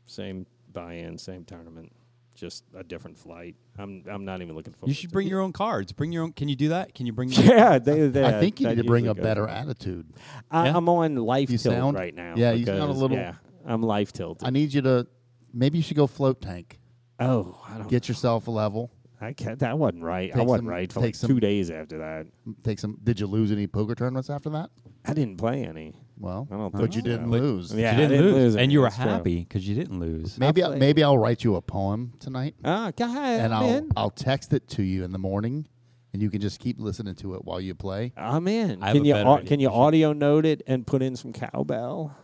Speaker 1: same buy-in, same tournament, just a different flight. I'm, I'm not even looking forward.
Speaker 4: You should
Speaker 1: to
Speaker 4: bring
Speaker 1: it.
Speaker 4: your own cards. Bring your own. Can you do that? Can you bring? Your,
Speaker 1: Yeah, they, they,
Speaker 3: I think you
Speaker 1: that
Speaker 3: need to bring a
Speaker 1: usually goes
Speaker 3: better
Speaker 1: well.
Speaker 3: attitude.
Speaker 1: I,
Speaker 4: Yeah.
Speaker 1: I'm on life
Speaker 3: You
Speaker 1: tilt
Speaker 3: sound-
Speaker 1: right now.
Speaker 3: yeah, you sound a
Speaker 1: because-
Speaker 3: little-
Speaker 1: Yeah, I'm life tilted.
Speaker 3: I need you to maybe you should go float tank.
Speaker 1: oh, I don't
Speaker 3: Get yourself a level.
Speaker 1: I can't, that wasn't right. I
Speaker 3: Take
Speaker 1: wasn't
Speaker 3: some-
Speaker 1: right for
Speaker 3: take
Speaker 1: like
Speaker 3: some-
Speaker 1: two days after that.
Speaker 3: Take some. Did you lose any poker tournaments after that?
Speaker 1: I didn't play any.
Speaker 3: Well,
Speaker 1: I don't
Speaker 3: but
Speaker 1: think
Speaker 3: you
Speaker 1: so.
Speaker 3: didn't
Speaker 1: But-
Speaker 3: lose.
Speaker 1: Yeah,
Speaker 4: you
Speaker 1: I
Speaker 4: didn't,
Speaker 1: didn't
Speaker 4: lose.
Speaker 1: lose
Speaker 4: and
Speaker 1: any,
Speaker 4: you were
Speaker 1: that's true.
Speaker 4: happy because you didn't lose.
Speaker 3: Maybe
Speaker 1: I
Speaker 3: I
Speaker 1: played-
Speaker 3: maybe I'll write you a poem tonight,
Speaker 1: Ah, go ahead,
Speaker 3: Mm. and I'll
Speaker 1: man.
Speaker 3: I'll text it to you in the morning, and you can just keep listening to it while you play.
Speaker 1: I'm in.
Speaker 4: I have
Speaker 1: can
Speaker 4: a
Speaker 1: you
Speaker 4: better
Speaker 1: au-
Speaker 4: idea.
Speaker 1: can you audio note it and put in some cowbell?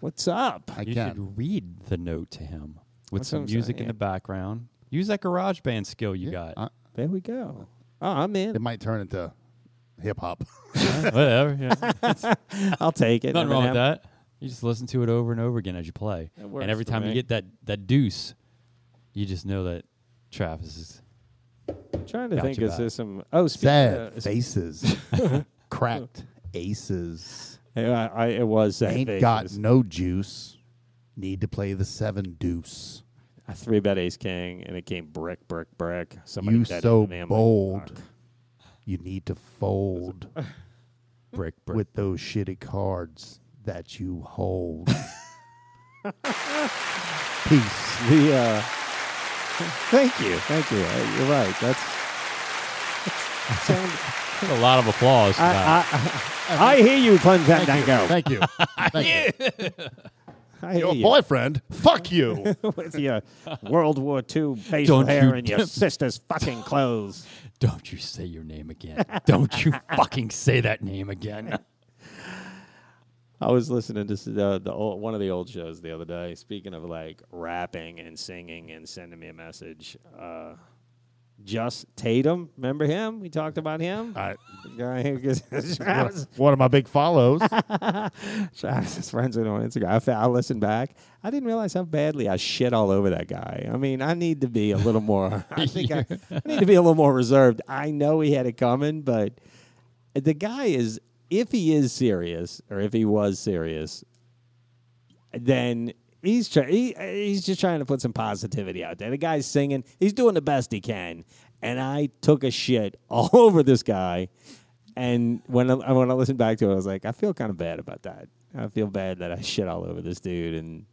Speaker 1: What's up?
Speaker 3: I
Speaker 4: you
Speaker 3: can.
Speaker 4: should read the note to him with
Speaker 1: That's what
Speaker 4: some
Speaker 1: I'm
Speaker 4: music
Speaker 1: saying,
Speaker 4: in the background. Use that garage band skill you got.
Speaker 3: I-
Speaker 1: There we go. Oh, I'm
Speaker 3: it
Speaker 1: in.
Speaker 3: might turn into hip hop.
Speaker 4: Whatever. Yeah.
Speaker 1: I'll take it.
Speaker 4: Nothing wrong with
Speaker 1: Eminem.
Speaker 4: that. You just listen to it over and over again as you play.
Speaker 1: That works
Speaker 4: and every
Speaker 1: for
Speaker 4: time
Speaker 1: me.
Speaker 4: you get that, that deuce, you just know that Travis is.
Speaker 1: I'm trying to
Speaker 4: Got
Speaker 1: think.
Speaker 4: you
Speaker 1: Is
Speaker 4: back.
Speaker 1: there some? Oh, speaking
Speaker 3: Sad
Speaker 1: of-
Speaker 3: faces, cracked aces.
Speaker 1: Yeah, I, I, it was sad
Speaker 3: Ain't
Speaker 1: faces.
Speaker 3: got no juice. Need to play the seven deuce.
Speaker 1: I three bet ace king, and it came brick, brick, brick. Somebody
Speaker 3: You
Speaker 1: bet
Speaker 3: so
Speaker 1: it, and I'm like,
Speaker 3: bold.
Speaker 1: fuck.
Speaker 3: You need to fold
Speaker 4: Brick, brick.
Speaker 3: with those shitty cards that you hold. Peace.
Speaker 1: The uh, thank you, thank you. Uh, You're right. That's. sound,
Speaker 4: That's a lot of applause. for that.
Speaker 1: I, I, I hear you, Pun Fandango.
Speaker 3: Thank you. Thank you.
Speaker 1: I hear
Speaker 3: Your
Speaker 1: you.
Speaker 3: boyfriend. Fuck you.
Speaker 1: with your World War II facial
Speaker 4: Don't
Speaker 1: hair
Speaker 4: you
Speaker 1: and your
Speaker 4: tempt-
Speaker 1: sister's fucking clothes.
Speaker 4: Don't you say your name again. Don't you fucking say that name again.
Speaker 1: I was listening to s- uh, the, the old, one of the old shows the other day. Speaking of like rapping and singing and sending me a message, uh, Just Tatum, remember him? We talked about him.
Speaker 3: I,
Speaker 1: The guy who gets Travis,
Speaker 3: one of my big follows.
Speaker 1: Travis is friends with him on Instagram. I, fa- I listened back. I didn't realize how badly I shit all over that guy. I mean, I need to be a little more. I think I, I need to be a little more reserved. I know he had it coming, but the guy is, if he is serious, or if he was serious, then he's try- he, he's just trying to put some positivity out there. The guy's singing, he's doing the best he can, and I took a shit all over this guy. And when I, when I listened back to it, I was like, I feel kind of bad about that. I feel bad that I shit all over this dude, and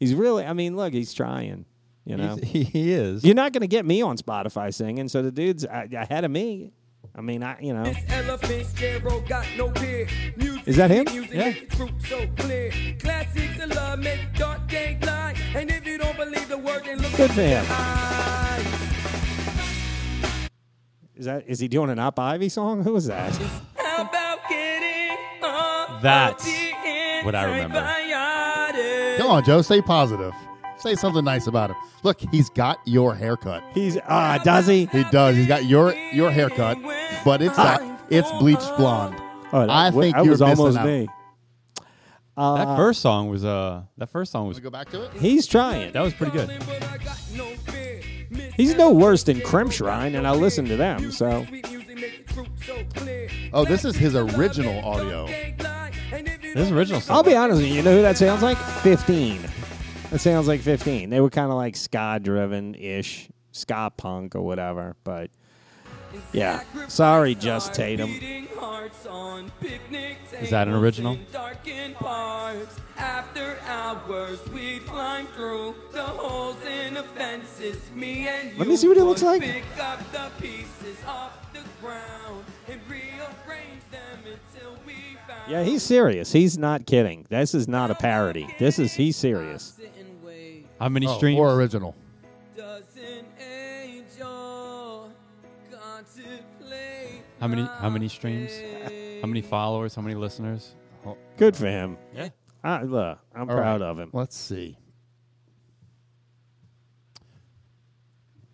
Speaker 1: he's really, I mean, look, he's trying, you know.
Speaker 4: He's- he, he is.
Speaker 1: You're not going to get me on Spotify singing, so the dude's a- ahead of me. I mean, I you know.
Speaker 2: Elephant Sparrow got no peer. Music,
Speaker 1: Is that him?
Speaker 2: Music
Speaker 4: Yeah.
Speaker 2: yeah. Truth so clear. Classics and love make dark gang blind. And if you don't believe the word, then look
Speaker 1: Good
Speaker 2: at
Speaker 1: for him.
Speaker 2: the eyes.
Speaker 1: Is that is he doing an Op Ivy song? Who is that?
Speaker 2: How about getting on
Speaker 4: That's
Speaker 2: the inside
Speaker 4: what I remember.
Speaker 2: biotic?
Speaker 3: Come on, Joe, stay positive. Say something nice about him. Look, he's got your haircut.
Speaker 1: He's ah, does he?
Speaker 3: He does. He's got your your haircut, but it's not, it's bleached blonde.
Speaker 1: Oh, that
Speaker 3: I
Speaker 1: w-
Speaker 3: think
Speaker 1: that
Speaker 3: you're
Speaker 1: was almost
Speaker 3: missing out.
Speaker 1: me.
Speaker 4: that first song was uh that first song was
Speaker 3: Wanna go back to it?
Speaker 1: He's trying.
Speaker 4: that was pretty good.
Speaker 1: He's no worse than Kremschrein, and I listen to them, so.
Speaker 3: Oh, this is his original audio.
Speaker 4: This is original song.
Speaker 1: I'll be honest with you. You know who that sounds like? Fifteen. That sounds like Fifteen. They were kind of like ska driven ish, ska punk or whatever. But yeah, sorry, just Tatum.
Speaker 2: Is
Speaker 4: that an original?
Speaker 2: After hours, we climb through the holes in the fences. Me and you
Speaker 1: Let me see what it looks
Speaker 2: would
Speaker 1: like.
Speaker 2: Pick up the pieces off the ground and rearrange them until we found.
Speaker 1: Yeah, he's serious. He's not kidding. This is not a parody. This is he's serious.
Speaker 2: Sit and wait.
Speaker 4: How many
Speaker 3: Oh,
Speaker 4: streams?
Speaker 3: or original.
Speaker 2: Does an angel contemplate
Speaker 4: How many?
Speaker 2: my
Speaker 4: How many streams?
Speaker 2: way?
Speaker 4: How many followers? How many listeners?
Speaker 1: Good for him.
Speaker 4: Yeah.
Speaker 1: I, look, I'm
Speaker 3: All
Speaker 1: proud
Speaker 3: right.
Speaker 1: of him.
Speaker 3: Let's see.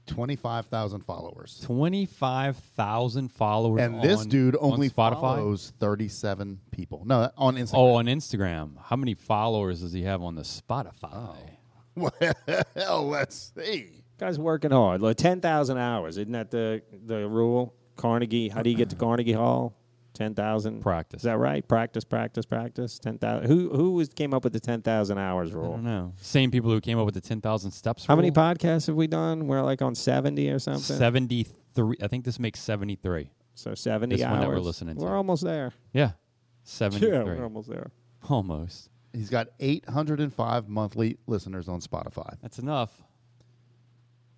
Speaker 3: 25,000 followers.
Speaker 4: Twenty-five thousand followers.
Speaker 3: And this
Speaker 4: on-
Speaker 3: dude
Speaker 4: on
Speaker 3: only
Speaker 4: Spotify.
Speaker 3: follows 37 people. No, on Instagram.
Speaker 4: Oh, on Instagram. How many followers does he have on the Spotify?
Speaker 3: Oh. Well, let's see.
Speaker 1: Guy's working hard. Look, ten thousand hours. Isn't that the the rule? Carnegie. How do you get to Carnegie Hall? Ten thousand
Speaker 4: Practice.
Speaker 1: Is that right? Practice, practice, practice. Ten thousand. Who who was, came up with the ten thousand hours
Speaker 4: I don't
Speaker 1: rule?
Speaker 4: know. Same people who came up with the ten thousand steps.
Speaker 1: How many
Speaker 4: rule?
Speaker 1: podcasts have we done? We're like on seventy or something.
Speaker 4: Seventy-three. I think this makes seventy-three.
Speaker 1: So seventy
Speaker 4: This
Speaker 1: hours.
Speaker 4: one that we're listening to.
Speaker 1: We're almost there.
Speaker 4: Yeah,
Speaker 1: Yeah,
Speaker 4: seventy-three.
Speaker 1: we're almost there.
Speaker 4: Almost.
Speaker 3: He's got 805 monthly listeners on Spotify.
Speaker 4: That's enough.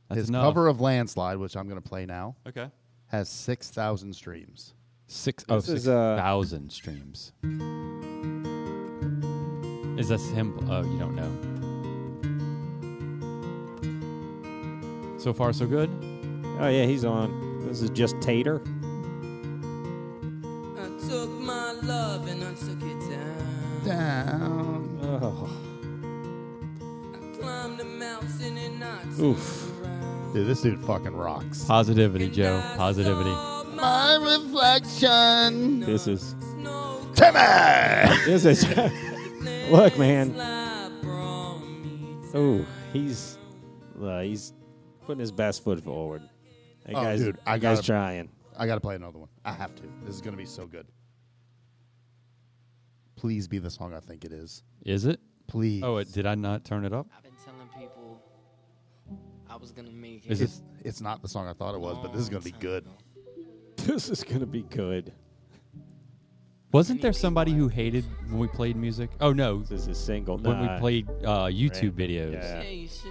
Speaker 4: That's
Speaker 3: His
Speaker 4: enough.
Speaker 3: cover of Landslide, which I'm going to play now,
Speaker 4: Okay.
Speaker 3: has 6,000 streams.
Speaker 4: Six oh
Speaker 1: This
Speaker 4: six
Speaker 1: is, uh,
Speaker 4: thousand streams. Is that him? Oh, you don't know. So far, so good.
Speaker 1: Oh yeah, he's on. This is just Tater.
Speaker 2: I took my love and I took it down.
Speaker 3: Down.
Speaker 1: Oh,
Speaker 2: I climbed the mountain and I turned
Speaker 1: Oof.
Speaker 2: around.
Speaker 3: Dude, this dude fucking rocks.
Speaker 4: Positivity,
Speaker 2: And
Speaker 4: Joe.
Speaker 2: I
Speaker 4: Positivity.
Speaker 2: saw
Speaker 3: My
Speaker 2: my
Speaker 3: reflection.
Speaker 1: this is
Speaker 2: snow
Speaker 3: Timmy!
Speaker 1: this is. Look, man.
Speaker 2: slide from me.
Speaker 1: Oh, he's uh, he's putting his best foot forward. That
Speaker 3: Oh,
Speaker 1: guy's,
Speaker 3: dude, I
Speaker 1: that guy's
Speaker 3: gotta-
Speaker 1: trying.
Speaker 3: I got to play another one. I have to. This is going to be so good. Please be the song I think it is.
Speaker 4: Is it?
Speaker 3: Please.
Speaker 4: Oh, it, did I not turn it up?
Speaker 6: I've been telling people I was gonna make it.
Speaker 4: Is
Speaker 3: It's, it's not the song I thought it was, but this is going to be good.
Speaker 1: This is gonna be good.
Speaker 4: Wasn't there somebody who hated when we played music? Oh no,
Speaker 1: This is a single.
Speaker 4: when we
Speaker 1: Nah.
Speaker 4: played uh, YouTube
Speaker 1: Right.
Speaker 4: videos.
Speaker 1: Yeah.
Speaker 6: Patience,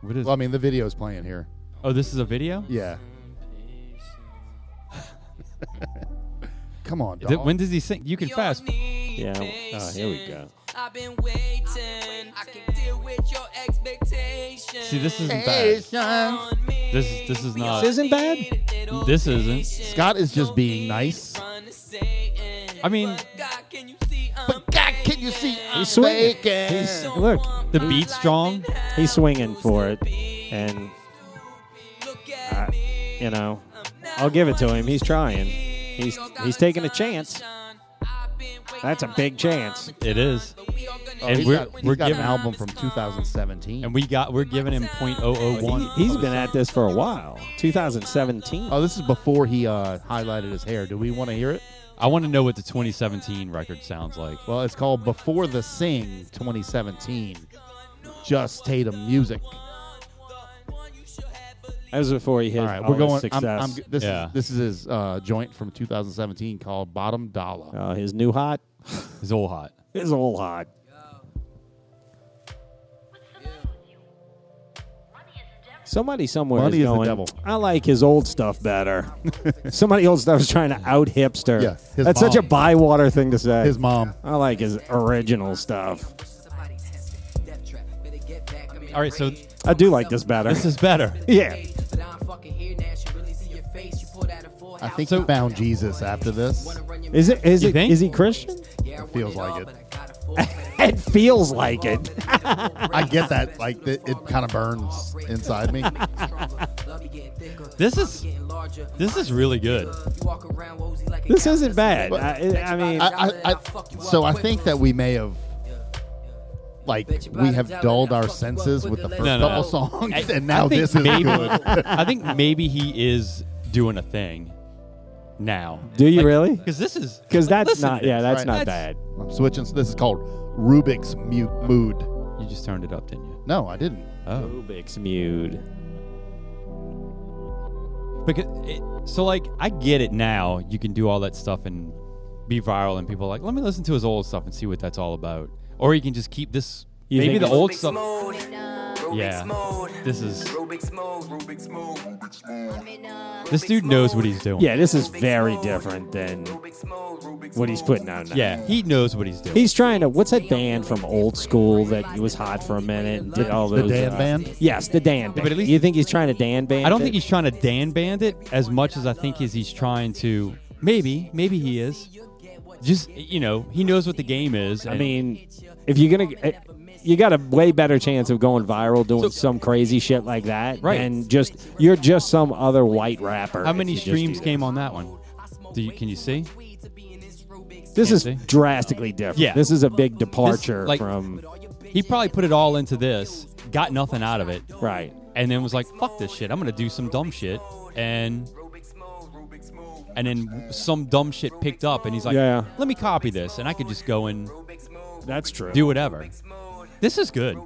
Speaker 4: What is?
Speaker 3: Well, I mean, the video's playing here.
Speaker 4: oh, this is a video.
Speaker 3: Yeah.
Speaker 6: patience.
Speaker 3: Come on,
Speaker 4: Is it-
Speaker 3: dog.
Speaker 4: when does he sing? You can fast.
Speaker 1: Yeah, oh, here we go.
Speaker 2: I've been waiting. I can deal with your expectations.
Speaker 4: See, this isn't bad.
Speaker 3: Patience.
Speaker 4: This is this is not.
Speaker 1: This isn't bad.
Speaker 4: This isn't.
Speaker 3: Scott is just being nice.
Speaker 4: I mean,
Speaker 2: God, can you see I'm
Speaker 3: But God, can you see? I'm
Speaker 1: swinging.
Speaker 3: faking.
Speaker 1: He's- look,
Speaker 4: the beat's strong.
Speaker 1: he's swinging for it, and
Speaker 2: Look
Speaker 1: I, you know, I'll give it to him. He's trying. He's he's taking a chance. That's a big chance.
Speaker 4: It is.
Speaker 3: Oh,
Speaker 4: And
Speaker 3: he's
Speaker 4: we're-
Speaker 3: got,
Speaker 4: we're
Speaker 3: he's got an
Speaker 4: giving-
Speaker 3: album from 2017.
Speaker 4: And we got we're giving him
Speaker 1: He,
Speaker 4: 0.001.
Speaker 1: he's been at this for a while. 2017.
Speaker 3: oh, this is before he uh, highlighted his hair. Do we want to hear it?
Speaker 4: I want to know what the 2017 record sounds like.
Speaker 3: Well, it's called Before the Sing 2017. Just Tatum music.
Speaker 1: That was before he hit
Speaker 3: All right,
Speaker 1: all
Speaker 3: we're going.
Speaker 1: his
Speaker 3: I'm-
Speaker 1: success.
Speaker 3: I'm, this,
Speaker 4: Yeah.
Speaker 3: is, this is his uh, joint from 2017 called Bottom Dollar.
Speaker 1: Uh, his new hot
Speaker 4: It's all hot.
Speaker 1: is all hot. Somebody somewhere
Speaker 3: Money
Speaker 1: is
Speaker 3: is the
Speaker 1: going.
Speaker 3: devil.
Speaker 1: I like his old stuff better. Somebody old stuff is trying to out hipster.
Speaker 3: Yeah, his
Speaker 1: that's such a
Speaker 3: mom.
Speaker 1: bywater thing to say.
Speaker 3: His mom.
Speaker 1: I like his original stuff.
Speaker 4: All right, so
Speaker 1: I do like this better.
Speaker 4: this is better.
Speaker 1: yeah.
Speaker 3: I think he found Jesus after this.
Speaker 1: Is it? Is
Speaker 4: You
Speaker 1: it? Is
Speaker 4: think?
Speaker 1: he Christian?
Speaker 3: It feels like it.
Speaker 1: It feels like it.
Speaker 3: I get that. Like it, it kind of burns inside me.
Speaker 4: This is this is really good.
Speaker 1: This isn't bad.
Speaker 3: But-
Speaker 1: I, I mean,
Speaker 3: I, I, I, so I think that we may have, like, we have dulled our senses with the first
Speaker 4: No, no,
Speaker 3: couple
Speaker 4: no.
Speaker 3: songs,
Speaker 4: I-
Speaker 3: and now
Speaker 4: I think
Speaker 3: this is
Speaker 4: maybe-
Speaker 3: good.
Speaker 4: I think maybe he is doing a thing now.
Speaker 1: do you really?
Speaker 4: Because this is
Speaker 1: Because
Speaker 4: like,
Speaker 1: that's
Speaker 4: listen
Speaker 1: not.
Speaker 4: to
Speaker 1: Yeah,
Speaker 4: this.
Speaker 1: that's
Speaker 3: right?
Speaker 1: not
Speaker 4: That's-
Speaker 1: bad.
Speaker 3: I'm switching. So this is called Rubik's Mute Mood.
Speaker 4: You just turned it up, didn't you?
Speaker 3: No, I didn't.
Speaker 4: Oh,
Speaker 1: Rubik's Mute.
Speaker 4: because it, so like I get it now. You can do all that stuff and be viral, and people are like, let me listen to his old stuff and see what that's all about. Or you can just keep this.
Speaker 1: You
Speaker 4: maybe
Speaker 1: think
Speaker 4: the
Speaker 1: it's-
Speaker 4: old stuff.
Speaker 2: Mode.
Speaker 4: Yeah. This is
Speaker 2: Rubik's mode. Rubik's mode.
Speaker 4: this dude knows what he's doing.
Speaker 1: Yeah, this is very different than
Speaker 2: Rubik's mode. Rubik's
Speaker 1: what he's putting out now.
Speaker 4: yeah, he knows what he's doing.
Speaker 1: He's trying to. What's that band from old school that was hot for a minute and did all
Speaker 3: The
Speaker 1: those?
Speaker 3: Dan
Speaker 1: uh,
Speaker 3: Band.
Speaker 1: Yes, the Dan band.
Speaker 4: but at least-
Speaker 1: you think he's trying to Dan band?
Speaker 4: I don't
Speaker 1: it?
Speaker 4: think he's trying to Dan band it as much as I think is he's trying to. Maybe, maybe he is. Just you know, he knows what the game is.
Speaker 1: I
Speaker 4: and-
Speaker 1: mean, if you're gonna, eh, you got a way better chance of going viral doing some crazy shit like that,
Speaker 4: Right.
Speaker 1: And just you're just some other white rapper.
Speaker 4: how
Speaker 1: if
Speaker 4: many
Speaker 1: you just
Speaker 4: streams
Speaker 1: do
Speaker 4: came on that one? Do you, can you see?
Speaker 1: This This
Speaker 4: Can't
Speaker 1: is
Speaker 4: see.
Speaker 1: drastically different.
Speaker 4: Yeah.
Speaker 1: this is a big departure
Speaker 4: like-
Speaker 1: from
Speaker 4: He probably put it all into this, got nothing out of it,
Speaker 1: right.
Speaker 4: and then was like, "Fuck this shit! I'm gonna do some dumb shit," and and then some dumb shit picked up, and he's like,
Speaker 1: Yeah.
Speaker 4: "Let me copy this," and I could just go and
Speaker 1: That's true.
Speaker 4: do whatever. This is good.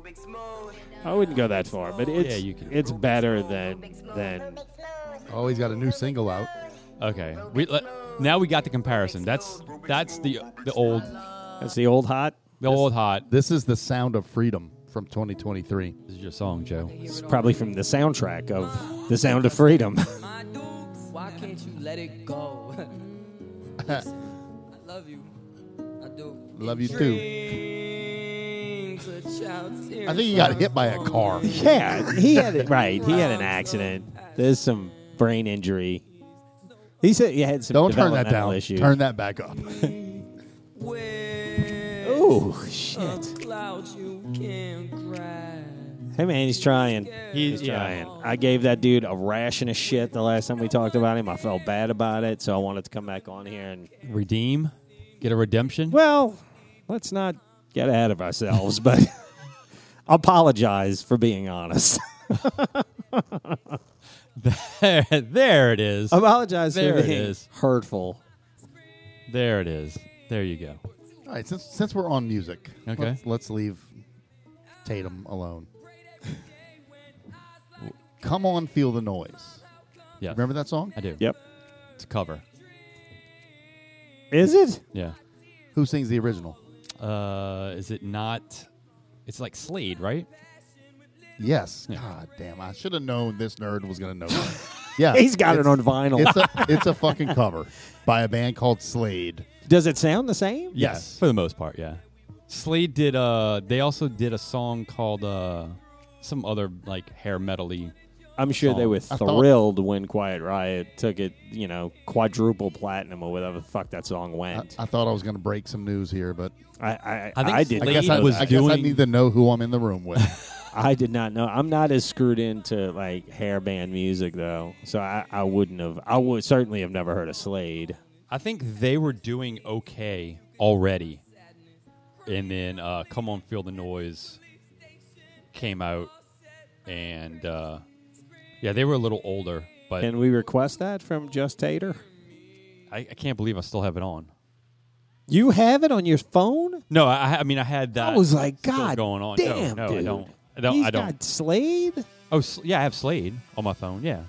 Speaker 1: I wouldn't go that far, but it's
Speaker 4: you can-
Speaker 1: it's better than than
Speaker 3: Oh, he's got a new single out.
Speaker 4: Okay, we let, now we got the comparison. That's that's the the old
Speaker 1: that's the old hot.
Speaker 4: the old hot.
Speaker 3: This is the sound of freedom from 2023.
Speaker 4: This is your song, Joe.
Speaker 1: It's probably from the soundtrack of The Sound of Freedom.
Speaker 2: My dudes, why can't you let it go? Listen, I love you. I do.
Speaker 3: Love you too.
Speaker 2: too.
Speaker 3: I think he got hit by a car.
Speaker 1: yeah, he had it right. He had an accident. There's some brain injury. He said he had some
Speaker 3: Don't turn that
Speaker 1: developmental
Speaker 3: down.
Speaker 1: issues.
Speaker 3: Turn that back up.
Speaker 1: Oh shit!
Speaker 2: Clouds you can cry.
Speaker 1: Hey man, he's trying.
Speaker 4: He's
Speaker 1: He's trying. I gave that dude a ration of shit the last time we talked about him. I felt bad about it, so I wanted to come back on here and
Speaker 4: Redeem, get a redemption.
Speaker 1: well, let's not get ahead of ourselves, but apologize for being honest.
Speaker 4: there, there it is.
Speaker 1: apologize
Speaker 4: There
Speaker 1: for
Speaker 4: it
Speaker 1: being
Speaker 4: is.
Speaker 1: hurtful.
Speaker 4: There it is. There you go.
Speaker 3: All right, since since we're on music,
Speaker 4: Okay.
Speaker 3: let's, let's leave Tatum alone. Come on, feel the noise.
Speaker 4: Yeah.
Speaker 3: Remember that song?
Speaker 4: I do.
Speaker 1: Yep.
Speaker 4: It's a cover.
Speaker 1: Is it?
Speaker 4: Yeah.
Speaker 3: Who sings the original?
Speaker 4: Uh, is it not? It's like Slade, right?
Speaker 3: Yes.
Speaker 4: Yeah.
Speaker 3: God damn! I should have known this nerd was gonna know. that. yeah,
Speaker 1: He's got it
Speaker 3: it's-
Speaker 1: on vinyl.
Speaker 3: It's a it's a fucking cover by a band called Slade.
Speaker 1: Does it sound the same?
Speaker 4: Yeah,
Speaker 3: Yes.
Speaker 4: for the most part, yeah. Slade did. Uh, they also did a song called uh, some other like hair metally.
Speaker 1: I'm sure they
Speaker 4: song.
Speaker 1: were
Speaker 3: I thought-
Speaker 1: thrilled when Quiet Riot took it, you know, quadruple platinum or whatever the fuck that song
Speaker 3: I,
Speaker 1: went.
Speaker 3: I thought I was gonna break some news here, but
Speaker 1: I I, I,
Speaker 4: I think
Speaker 1: did.
Speaker 3: I
Speaker 4: Slade
Speaker 3: guess I,
Speaker 4: was
Speaker 3: I, guess I
Speaker 4: doing-
Speaker 3: need to know who I'm in the room with.
Speaker 1: I did not know. I'm not as screwed into like hair band music though, so I, I wouldn't have. I would certainly have never heard of Slade.
Speaker 4: I think they were doing okay already, and then uh, "Come On Feel the Noise" came out, and uh, yeah, they were a little older. But
Speaker 1: Can we request that from Just Tater?
Speaker 4: I, I can't believe I still have it on.
Speaker 1: You have it on your phone?
Speaker 4: No, I, I mean I had that.
Speaker 1: I was like,
Speaker 4: still
Speaker 1: God,
Speaker 4: going on.
Speaker 1: damn,
Speaker 4: no, no,
Speaker 1: dude.
Speaker 4: I don't. I don't.
Speaker 1: He's
Speaker 4: I don't.
Speaker 1: got Slade.
Speaker 4: Oh, Sl- yeah, I have Slade on my phone. Yeah,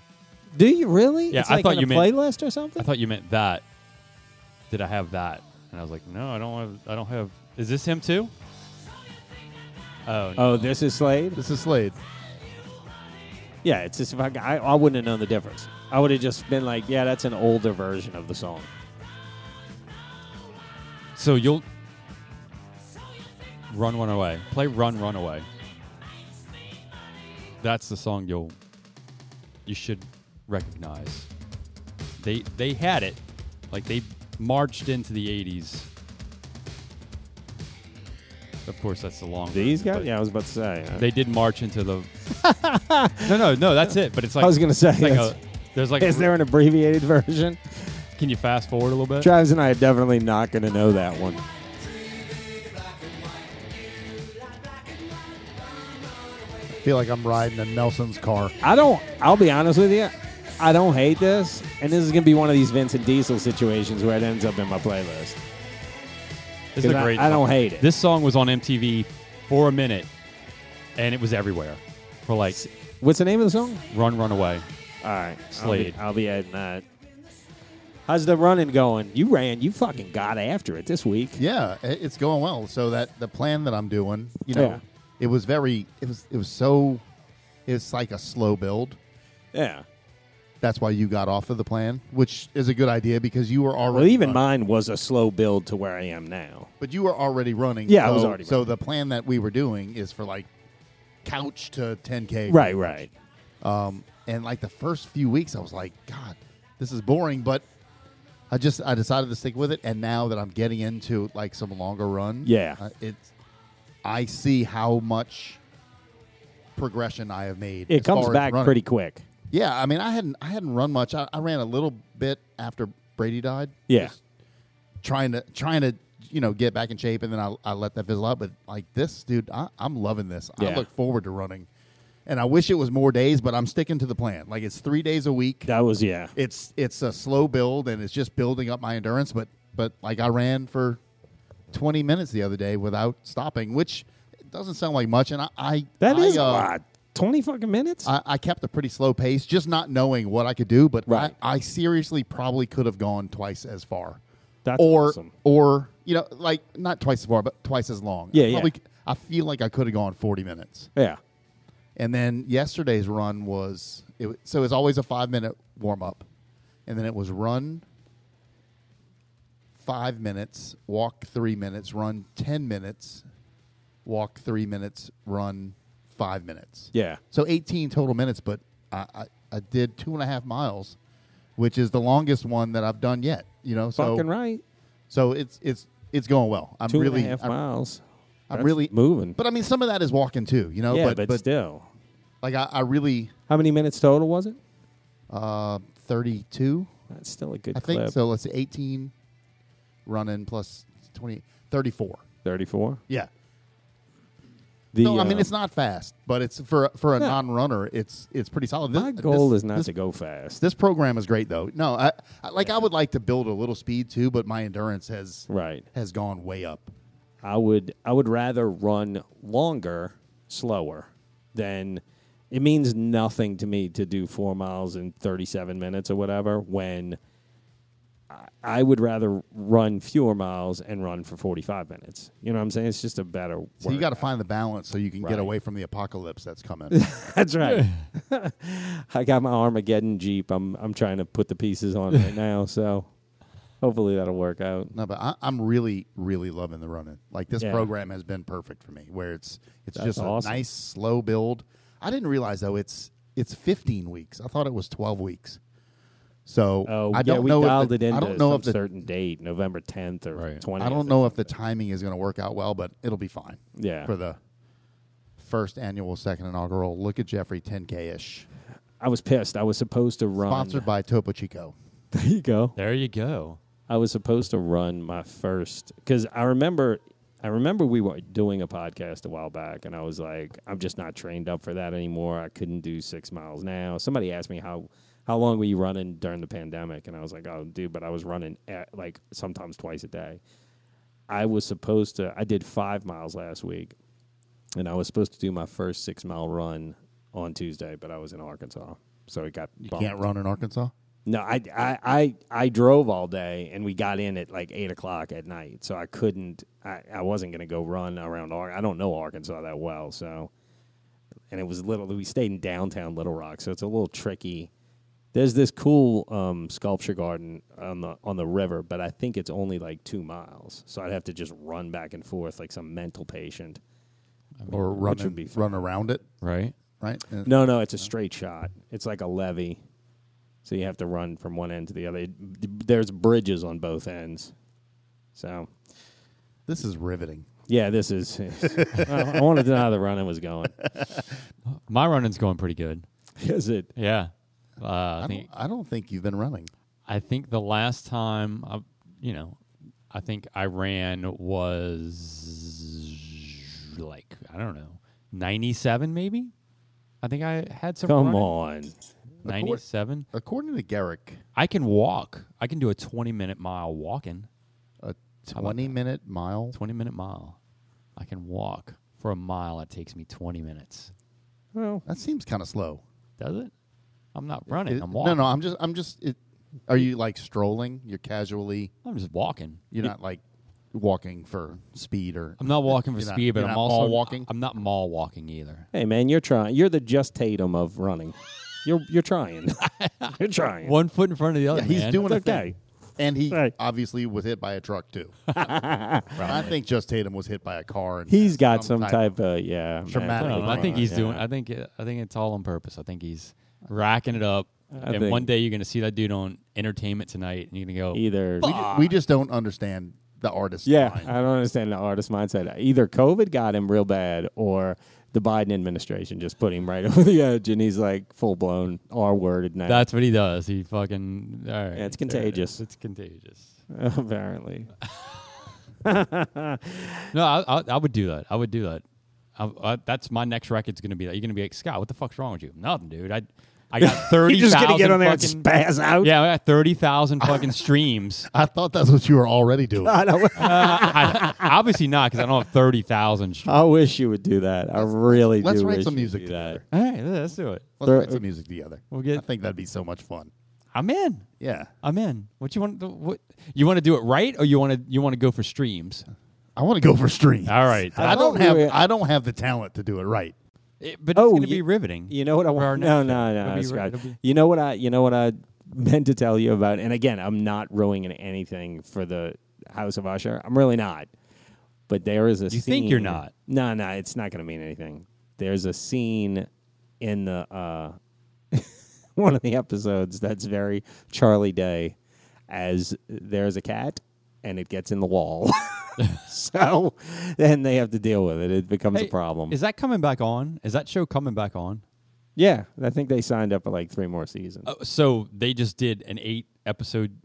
Speaker 1: Do you really?
Speaker 4: Yeah,
Speaker 1: it's
Speaker 4: I
Speaker 1: like
Speaker 4: thought
Speaker 1: on a
Speaker 4: you meant-
Speaker 1: playlist or something.
Speaker 4: I thought you meant that. Did I have that? And I was like, no, I don't have. I don't have. Is this him too? Oh, no.
Speaker 1: oh, this is Slade.
Speaker 3: This is Slade.
Speaker 1: Yeah, it's just if I, I, I wouldn't have known the difference. I would have just been like, yeah, that's an older version of the song.
Speaker 4: so you'll run, run away. Play run, run away. That's the song you'll you should recognize. They they had it, like they marched into the '80s. Of course, that's the long.
Speaker 1: These
Speaker 4: version,
Speaker 1: guys?
Speaker 4: but-
Speaker 1: Yeah, I was about to say.
Speaker 4: They did march into the. no, no, no. That's it. But it's like
Speaker 1: I was gonna say,
Speaker 4: it's like
Speaker 1: that's-
Speaker 4: a, there's like.
Speaker 1: is there an abbreviated version?
Speaker 4: Can you fast forward a little bit?
Speaker 1: Travis and I are definitely not going to know that one.
Speaker 3: I feel like I'm riding in Nelson's car.
Speaker 1: I don't. I'll be honest with you. I don't hate this, and this is going to be one of these Vincent Diesel situations where it ends up in my playlist.
Speaker 4: This is a
Speaker 1: I-
Speaker 4: great.
Speaker 1: I,
Speaker 4: song.
Speaker 1: don't hate it.
Speaker 4: This song was on MTV for a minute, and it was everywhere. For like,
Speaker 1: What's the name of the song?
Speaker 4: run, run away.
Speaker 1: All right,
Speaker 4: Slade.
Speaker 1: I'll be, I'll be adding that. How's the running going? You ran. You fucking got after it this week.
Speaker 3: Yeah, i- it's going well. So that the plan that I'm doing, you know,
Speaker 1: Yeah.
Speaker 3: it was very, it was, it was so, it's like a slow build.
Speaker 1: Yeah.
Speaker 3: That's why you got off of the plan, which is a good idea because you were already.
Speaker 1: Well, even
Speaker 3: running.
Speaker 1: mine was a slow build to where I am now.
Speaker 3: But you were already running.
Speaker 1: Yeah, I
Speaker 3: so,
Speaker 1: was already
Speaker 3: So
Speaker 1: running.
Speaker 3: the plan that we were doing is for like couch to 10K.
Speaker 1: Right, right.
Speaker 3: Um, and like the first few weeks, I was like, God, this is boring. But I just I decided to stick with it. And now that I'm getting into like some longer run,
Speaker 1: Yeah.
Speaker 3: uh, it's I see how much progression I have made.
Speaker 1: It
Speaker 3: as
Speaker 1: comes
Speaker 3: far as
Speaker 1: back
Speaker 3: running.
Speaker 1: pretty quick.
Speaker 3: Yeah, I mean, I hadn't I hadn't run much. I, I ran a little bit after Brady died.
Speaker 1: Yeah.
Speaker 3: Just trying to trying to you know get back in shape, and then I, I let that fizzle out. But like this, dude, I, I'm loving this. I
Speaker 1: Yeah.
Speaker 3: look forward to running, and I wish it was more days, but I'm sticking to the plan. Like it's three days a week.
Speaker 1: That was yeah.
Speaker 3: It's it's a slow build, and it's just building up my endurance. But but like I ran for 20 minutes the other day without stopping, which doesn't sound like much, and I, I
Speaker 1: That
Speaker 3: I,
Speaker 1: is a
Speaker 3: uh,
Speaker 1: lot. Twenty fucking minutes.
Speaker 3: I, I kept a pretty slow pace, just not knowing what I could do. But
Speaker 1: Right.
Speaker 3: I, I seriously probably could have gone twice as far,
Speaker 1: That's
Speaker 3: or
Speaker 1: awesome.
Speaker 3: or you know, like not twice as far, but twice as long.
Speaker 1: Yeah,
Speaker 3: I
Speaker 1: yeah.
Speaker 3: probably- I feel like I could have gone forty minutes,
Speaker 1: yeah.
Speaker 3: and then yesterday's run was it, wa- so it's always a five minute warm up, and then it was run five minutes, walk three minutes, run ten minutes, walk three minutes, run five minutes.
Speaker 1: Yeah.
Speaker 3: So 18 total minutes, but I, I, I did two and a half miles, which is the longest one that I've done yet. You know, so
Speaker 1: fucking right.
Speaker 3: so it's it's it's going well. I'm
Speaker 1: Two and a half
Speaker 3: really I'm,
Speaker 1: miles.
Speaker 3: I'm
Speaker 1: That's
Speaker 3: really
Speaker 1: moving.
Speaker 3: But I mean, some of that is walking too. You know,
Speaker 1: yeah,
Speaker 3: but
Speaker 1: but, still.
Speaker 3: like I, I really
Speaker 1: How many minutes total was it?
Speaker 3: uh 32.
Speaker 1: That's still a good
Speaker 3: I
Speaker 1: clip.
Speaker 3: think so. Let's see, 18 running plus 20, 34.
Speaker 1: Thirty-four.
Speaker 3: Yeah.
Speaker 1: The,
Speaker 3: no, I mean
Speaker 1: um,
Speaker 3: it's not fast, but it's for for a
Speaker 1: No.
Speaker 3: non-runner, it's it's pretty solid. This-
Speaker 1: My goal
Speaker 3: this-
Speaker 1: is not
Speaker 3: this
Speaker 1: to go fast.
Speaker 3: This program is great though. No, I, I like I would like to build a little speed too, but my endurance has
Speaker 1: Right.
Speaker 3: has gone way up.
Speaker 1: I would I would rather run longer, slower than it means nothing to me to do four miles in thirty seven minutes or whatever when I- I would rather run fewer miles and run for forty five minutes. You know what I'm saying? It's just a better
Speaker 3: So you got to find the balance so you can
Speaker 1: Right.
Speaker 3: get away from the apocalypse that's coming.
Speaker 1: That's right. I got my Armageddon Jeep. I'm I'm trying to put the pieces on right now, so hopefully that'll work out.
Speaker 3: no, but I, I'm really really loving the running. Like this
Speaker 1: Yeah.
Speaker 3: program has been perfect for me, where it's it's
Speaker 1: That's
Speaker 3: just
Speaker 1: awesome.
Speaker 3: a nice slow build. I didn't realize though it's it's 15 weeks. I thought it was 12 weeks. So
Speaker 1: Oh,
Speaker 3: I
Speaker 1: yeah,
Speaker 3: don't
Speaker 1: we
Speaker 3: know
Speaker 1: dialed
Speaker 3: if
Speaker 1: it
Speaker 3: the,
Speaker 1: into
Speaker 3: I don't know
Speaker 1: some
Speaker 3: if the
Speaker 1: certain date, November 10th or
Speaker 4: Right.
Speaker 1: 20th.
Speaker 3: I don't know if the timing is going to work out well, but it'll be fine.
Speaker 1: Yeah.
Speaker 3: For the first annual second inaugural Look at Jeffrey 10K ish.
Speaker 1: I was pissed. I was supposed to run.
Speaker 3: Sponsored by Topo Chico.
Speaker 1: There you go.
Speaker 4: There you go.
Speaker 1: I was supposed to run my first because I remember, I remember we were doing a podcast a while back, and I was like, I'm just not trained up for that anymore. I couldn't do six miles now. Somebody asked me how how long were you running during the pandemic, and I was like, oh, dude, but I was running at, like sometimes twice a day. I was supposed to. I did five miles last week, and I was supposed to do my first six mile run on Tuesday, but I was in Arkansas, so it got
Speaker 3: You
Speaker 1: bumped.
Speaker 3: can't run in Arkansas?
Speaker 1: No, I, I, I, I drove all day, and we got in at like eight o'clock at night, so I couldn't. I, I wasn't going to go run around. Ar- I don't know Arkansas that well, so. And it was little. We stayed in downtown Little Rock, so it's a little tricky. There's this cool um, sculpture garden on the on the river, but I think it's only like two miles, so I'd have to just run back and forth like some mental patient.
Speaker 3: or run,
Speaker 1: would
Speaker 3: in-
Speaker 1: be fun.
Speaker 3: run around it,
Speaker 4: Right?
Speaker 3: right? Uh,
Speaker 1: No, no, it's a straight shot. It's like a levee. So you have to run from one end to the other. It- There's bridges on both ends. So,
Speaker 3: This is riveting.
Speaker 1: yeah, this is. I, I wanted to know how the running was going.
Speaker 4: My running's going pretty good.
Speaker 1: Is it?
Speaker 4: Yeah. Uh, I,
Speaker 3: I don't,
Speaker 4: think
Speaker 3: I don't think you've been running.
Speaker 4: I think the last time I, you know, I think I ran was like I don't know, ninety seven maybe. I think I had some.
Speaker 1: Come
Speaker 4: running.
Speaker 1: on.
Speaker 4: ninety seven.
Speaker 3: According to Garrick,
Speaker 4: I can walk. I can do a twenty minute mile walking.
Speaker 3: a 20 minute mile.
Speaker 4: Twenty minute mile. I can walk for a mile. It takes me twenty minutes.
Speaker 1: Well,
Speaker 3: That seems kind of slow.
Speaker 4: Does it? I'm not running.
Speaker 3: It-
Speaker 4: I'm
Speaker 3: no,
Speaker 4: walking.
Speaker 3: no, I'm just, I'm just. It, are you like strolling? You're casually.
Speaker 4: I'm just walking.
Speaker 3: You're not like walking for speed or.
Speaker 4: I'm not walking for
Speaker 3: You're not-
Speaker 4: speed, but
Speaker 3: you're
Speaker 4: I'm
Speaker 3: not
Speaker 4: also
Speaker 3: mall walking?
Speaker 4: I'm not mall walking either.
Speaker 1: hey, man, you're trying. You're the just Tatum of running. You're you're trying. you're trying.
Speaker 4: One foot in front of the other.
Speaker 3: Yeah, he's
Speaker 4: man.
Speaker 3: doing
Speaker 1: It's
Speaker 3: a
Speaker 1: okay.
Speaker 3: thing. And he
Speaker 1: Right.
Speaker 3: obviously was hit by a truck too. I think just Tatum was hit by a car. And
Speaker 1: He's got
Speaker 3: some
Speaker 1: some
Speaker 3: type
Speaker 1: type of, yeah. man.
Speaker 4: I,
Speaker 3: Traumatic
Speaker 4: don't know. I
Speaker 3: Right,
Speaker 4: think he's
Speaker 1: yeah.
Speaker 4: doing. I think. I think it's all on purpose. I think he's racking it up.
Speaker 1: I
Speaker 4: and
Speaker 1: think-
Speaker 4: one day you're gonna see that dude on Entertainment Tonight, and you're gonna go.
Speaker 1: Either.
Speaker 3: we,
Speaker 4: Ah.
Speaker 3: ju- we just don't understand the artist.
Speaker 1: Yeah,
Speaker 3: mind.
Speaker 1: I don't understand the artist mindset. Either COVID got him real bad, or the Biden administration just put him right over the edge, and he's like full blown R worded now.
Speaker 4: That's what he does. He fucking. All right.
Speaker 1: Yeah, it's
Speaker 4: there it is.
Speaker 1: contagious.
Speaker 4: It's contagious.
Speaker 1: apparently.
Speaker 4: No, I, I, I would do that. I would do that. I, I, that's my next record's gonna be that. You're gonna be like Scott. What the fuck's wrong with you? Nothing, dude. I I got thirty.
Speaker 1: He's just gonna get on there and
Speaker 4: fucking,
Speaker 1: spaz out.
Speaker 4: Yeah, I got thirty thousand fucking streams.
Speaker 3: I thought that's what you were already doing.
Speaker 1: I, don't-
Speaker 4: I, obviously not because I don't have thirty thousand. All
Speaker 1: I wish you would do that. I really
Speaker 3: Let's
Speaker 1: do.
Speaker 3: write
Speaker 1: wish
Speaker 3: some
Speaker 1: you
Speaker 3: music
Speaker 1: would do that.
Speaker 3: together.
Speaker 4: right, let's do it.
Speaker 3: Let's
Speaker 1: There-
Speaker 3: write some music together.
Speaker 4: We'll get-
Speaker 3: I think that'd be so much fun.
Speaker 4: I'm in.
Speaker 3: Yeah,
Speaker 4: I'm in. What you want? What you want to do it right, or you want to you want to go for streams?
Speaker 3: I want to go for stream.
Speaker 4: All right,
Speaker 3: I
Speaker 1: thought
Speaker 3: don't
Speaker 1: we
Speaker 3: have
Speaker 1: were-
Speaker 3: I don't have the talent to do it right.
Speaker 4: It- but
Speaker 1: Oh,
Speaker 4: it's gonna
Speaker 1: you-
Speaker 4: be riveting.
Speaker 1: You know what I
Speaker 4: For our
Speaker 1: want?
Speaker 4: next
Speaker 1: No,
Speaker 4: show.
Speaker 1: no,
Speaker 4: It'll
Speaker 1: no,
Speaker 4: be-
Speaker 1: Scott.
Speaker 4: it'll be-
Speaker 1: You know what I? You know what I meant to tell you about? And again, I'm not ruining anything for the House of Usher. I'm really not. But there is a.
Speaker 4: You think you're
Speaker 1: scene-
Speaker 4: not.
Speaker 1: No, no, it's not going to mean anything. There's a scene in the uh, one of the episodes that's very Charlie Day, as there's a cat and it gets in the wall. so then they have to deal with it. It becomes
Speaker 4: Hey,
Speaker 1: a problem.
Speaker 4: Is that coming back on? Is that show coming back on?
Speaker 1: Yeah, I think they signed up for like three more seasons.
Speaker 4: Oh, so they just did an eight episode.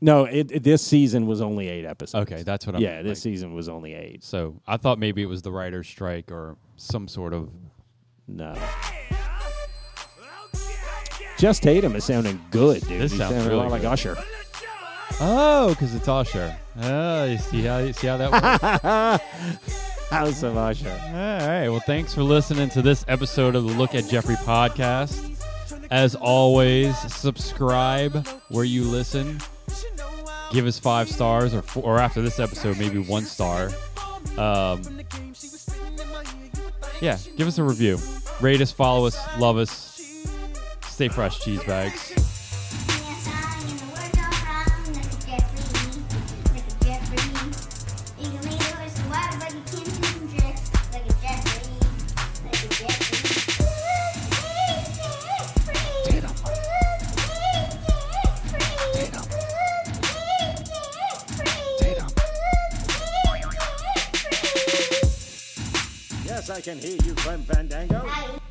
Speaker 1: No, it, it- this season was only eight episodes.
Speaker 4: Okay, that's what I'm.
Speaker 1: yeah, this
Speaker 4: like,
Speaker 1: season was only eight.
Speaker 4: So I thought maybe it was the writer's strike or some sort of.
Speaker 1: No, just Tatum is sounding good, dude.
Speaker 4: This
Speaker 1: He's
Speaker 4: sounds
Speaker 1: sounding a
Speaker 4: really
Speaker 1: lot like
Speaker 4: good.
Speaker 1: Usher.
Speaker 4: Oh, because it's Usher. Oh, you see how you see how that works.
Speaker 1: House of Usher.
Speaker 4: All right. Well, thanks for listening to this episode of the Look at Jeffrey podcast. As always, subscribe where you listen. Give us five stars, or four, or after this episode, maybe one star. Um, yeah, give us a review. Rate us, follow us, love us. Stay fresh, cheese bags.
Speaker 7: Tatum.
Speaker 1: Yes, I can hear you, Clem Fandango.
Speaker 8: I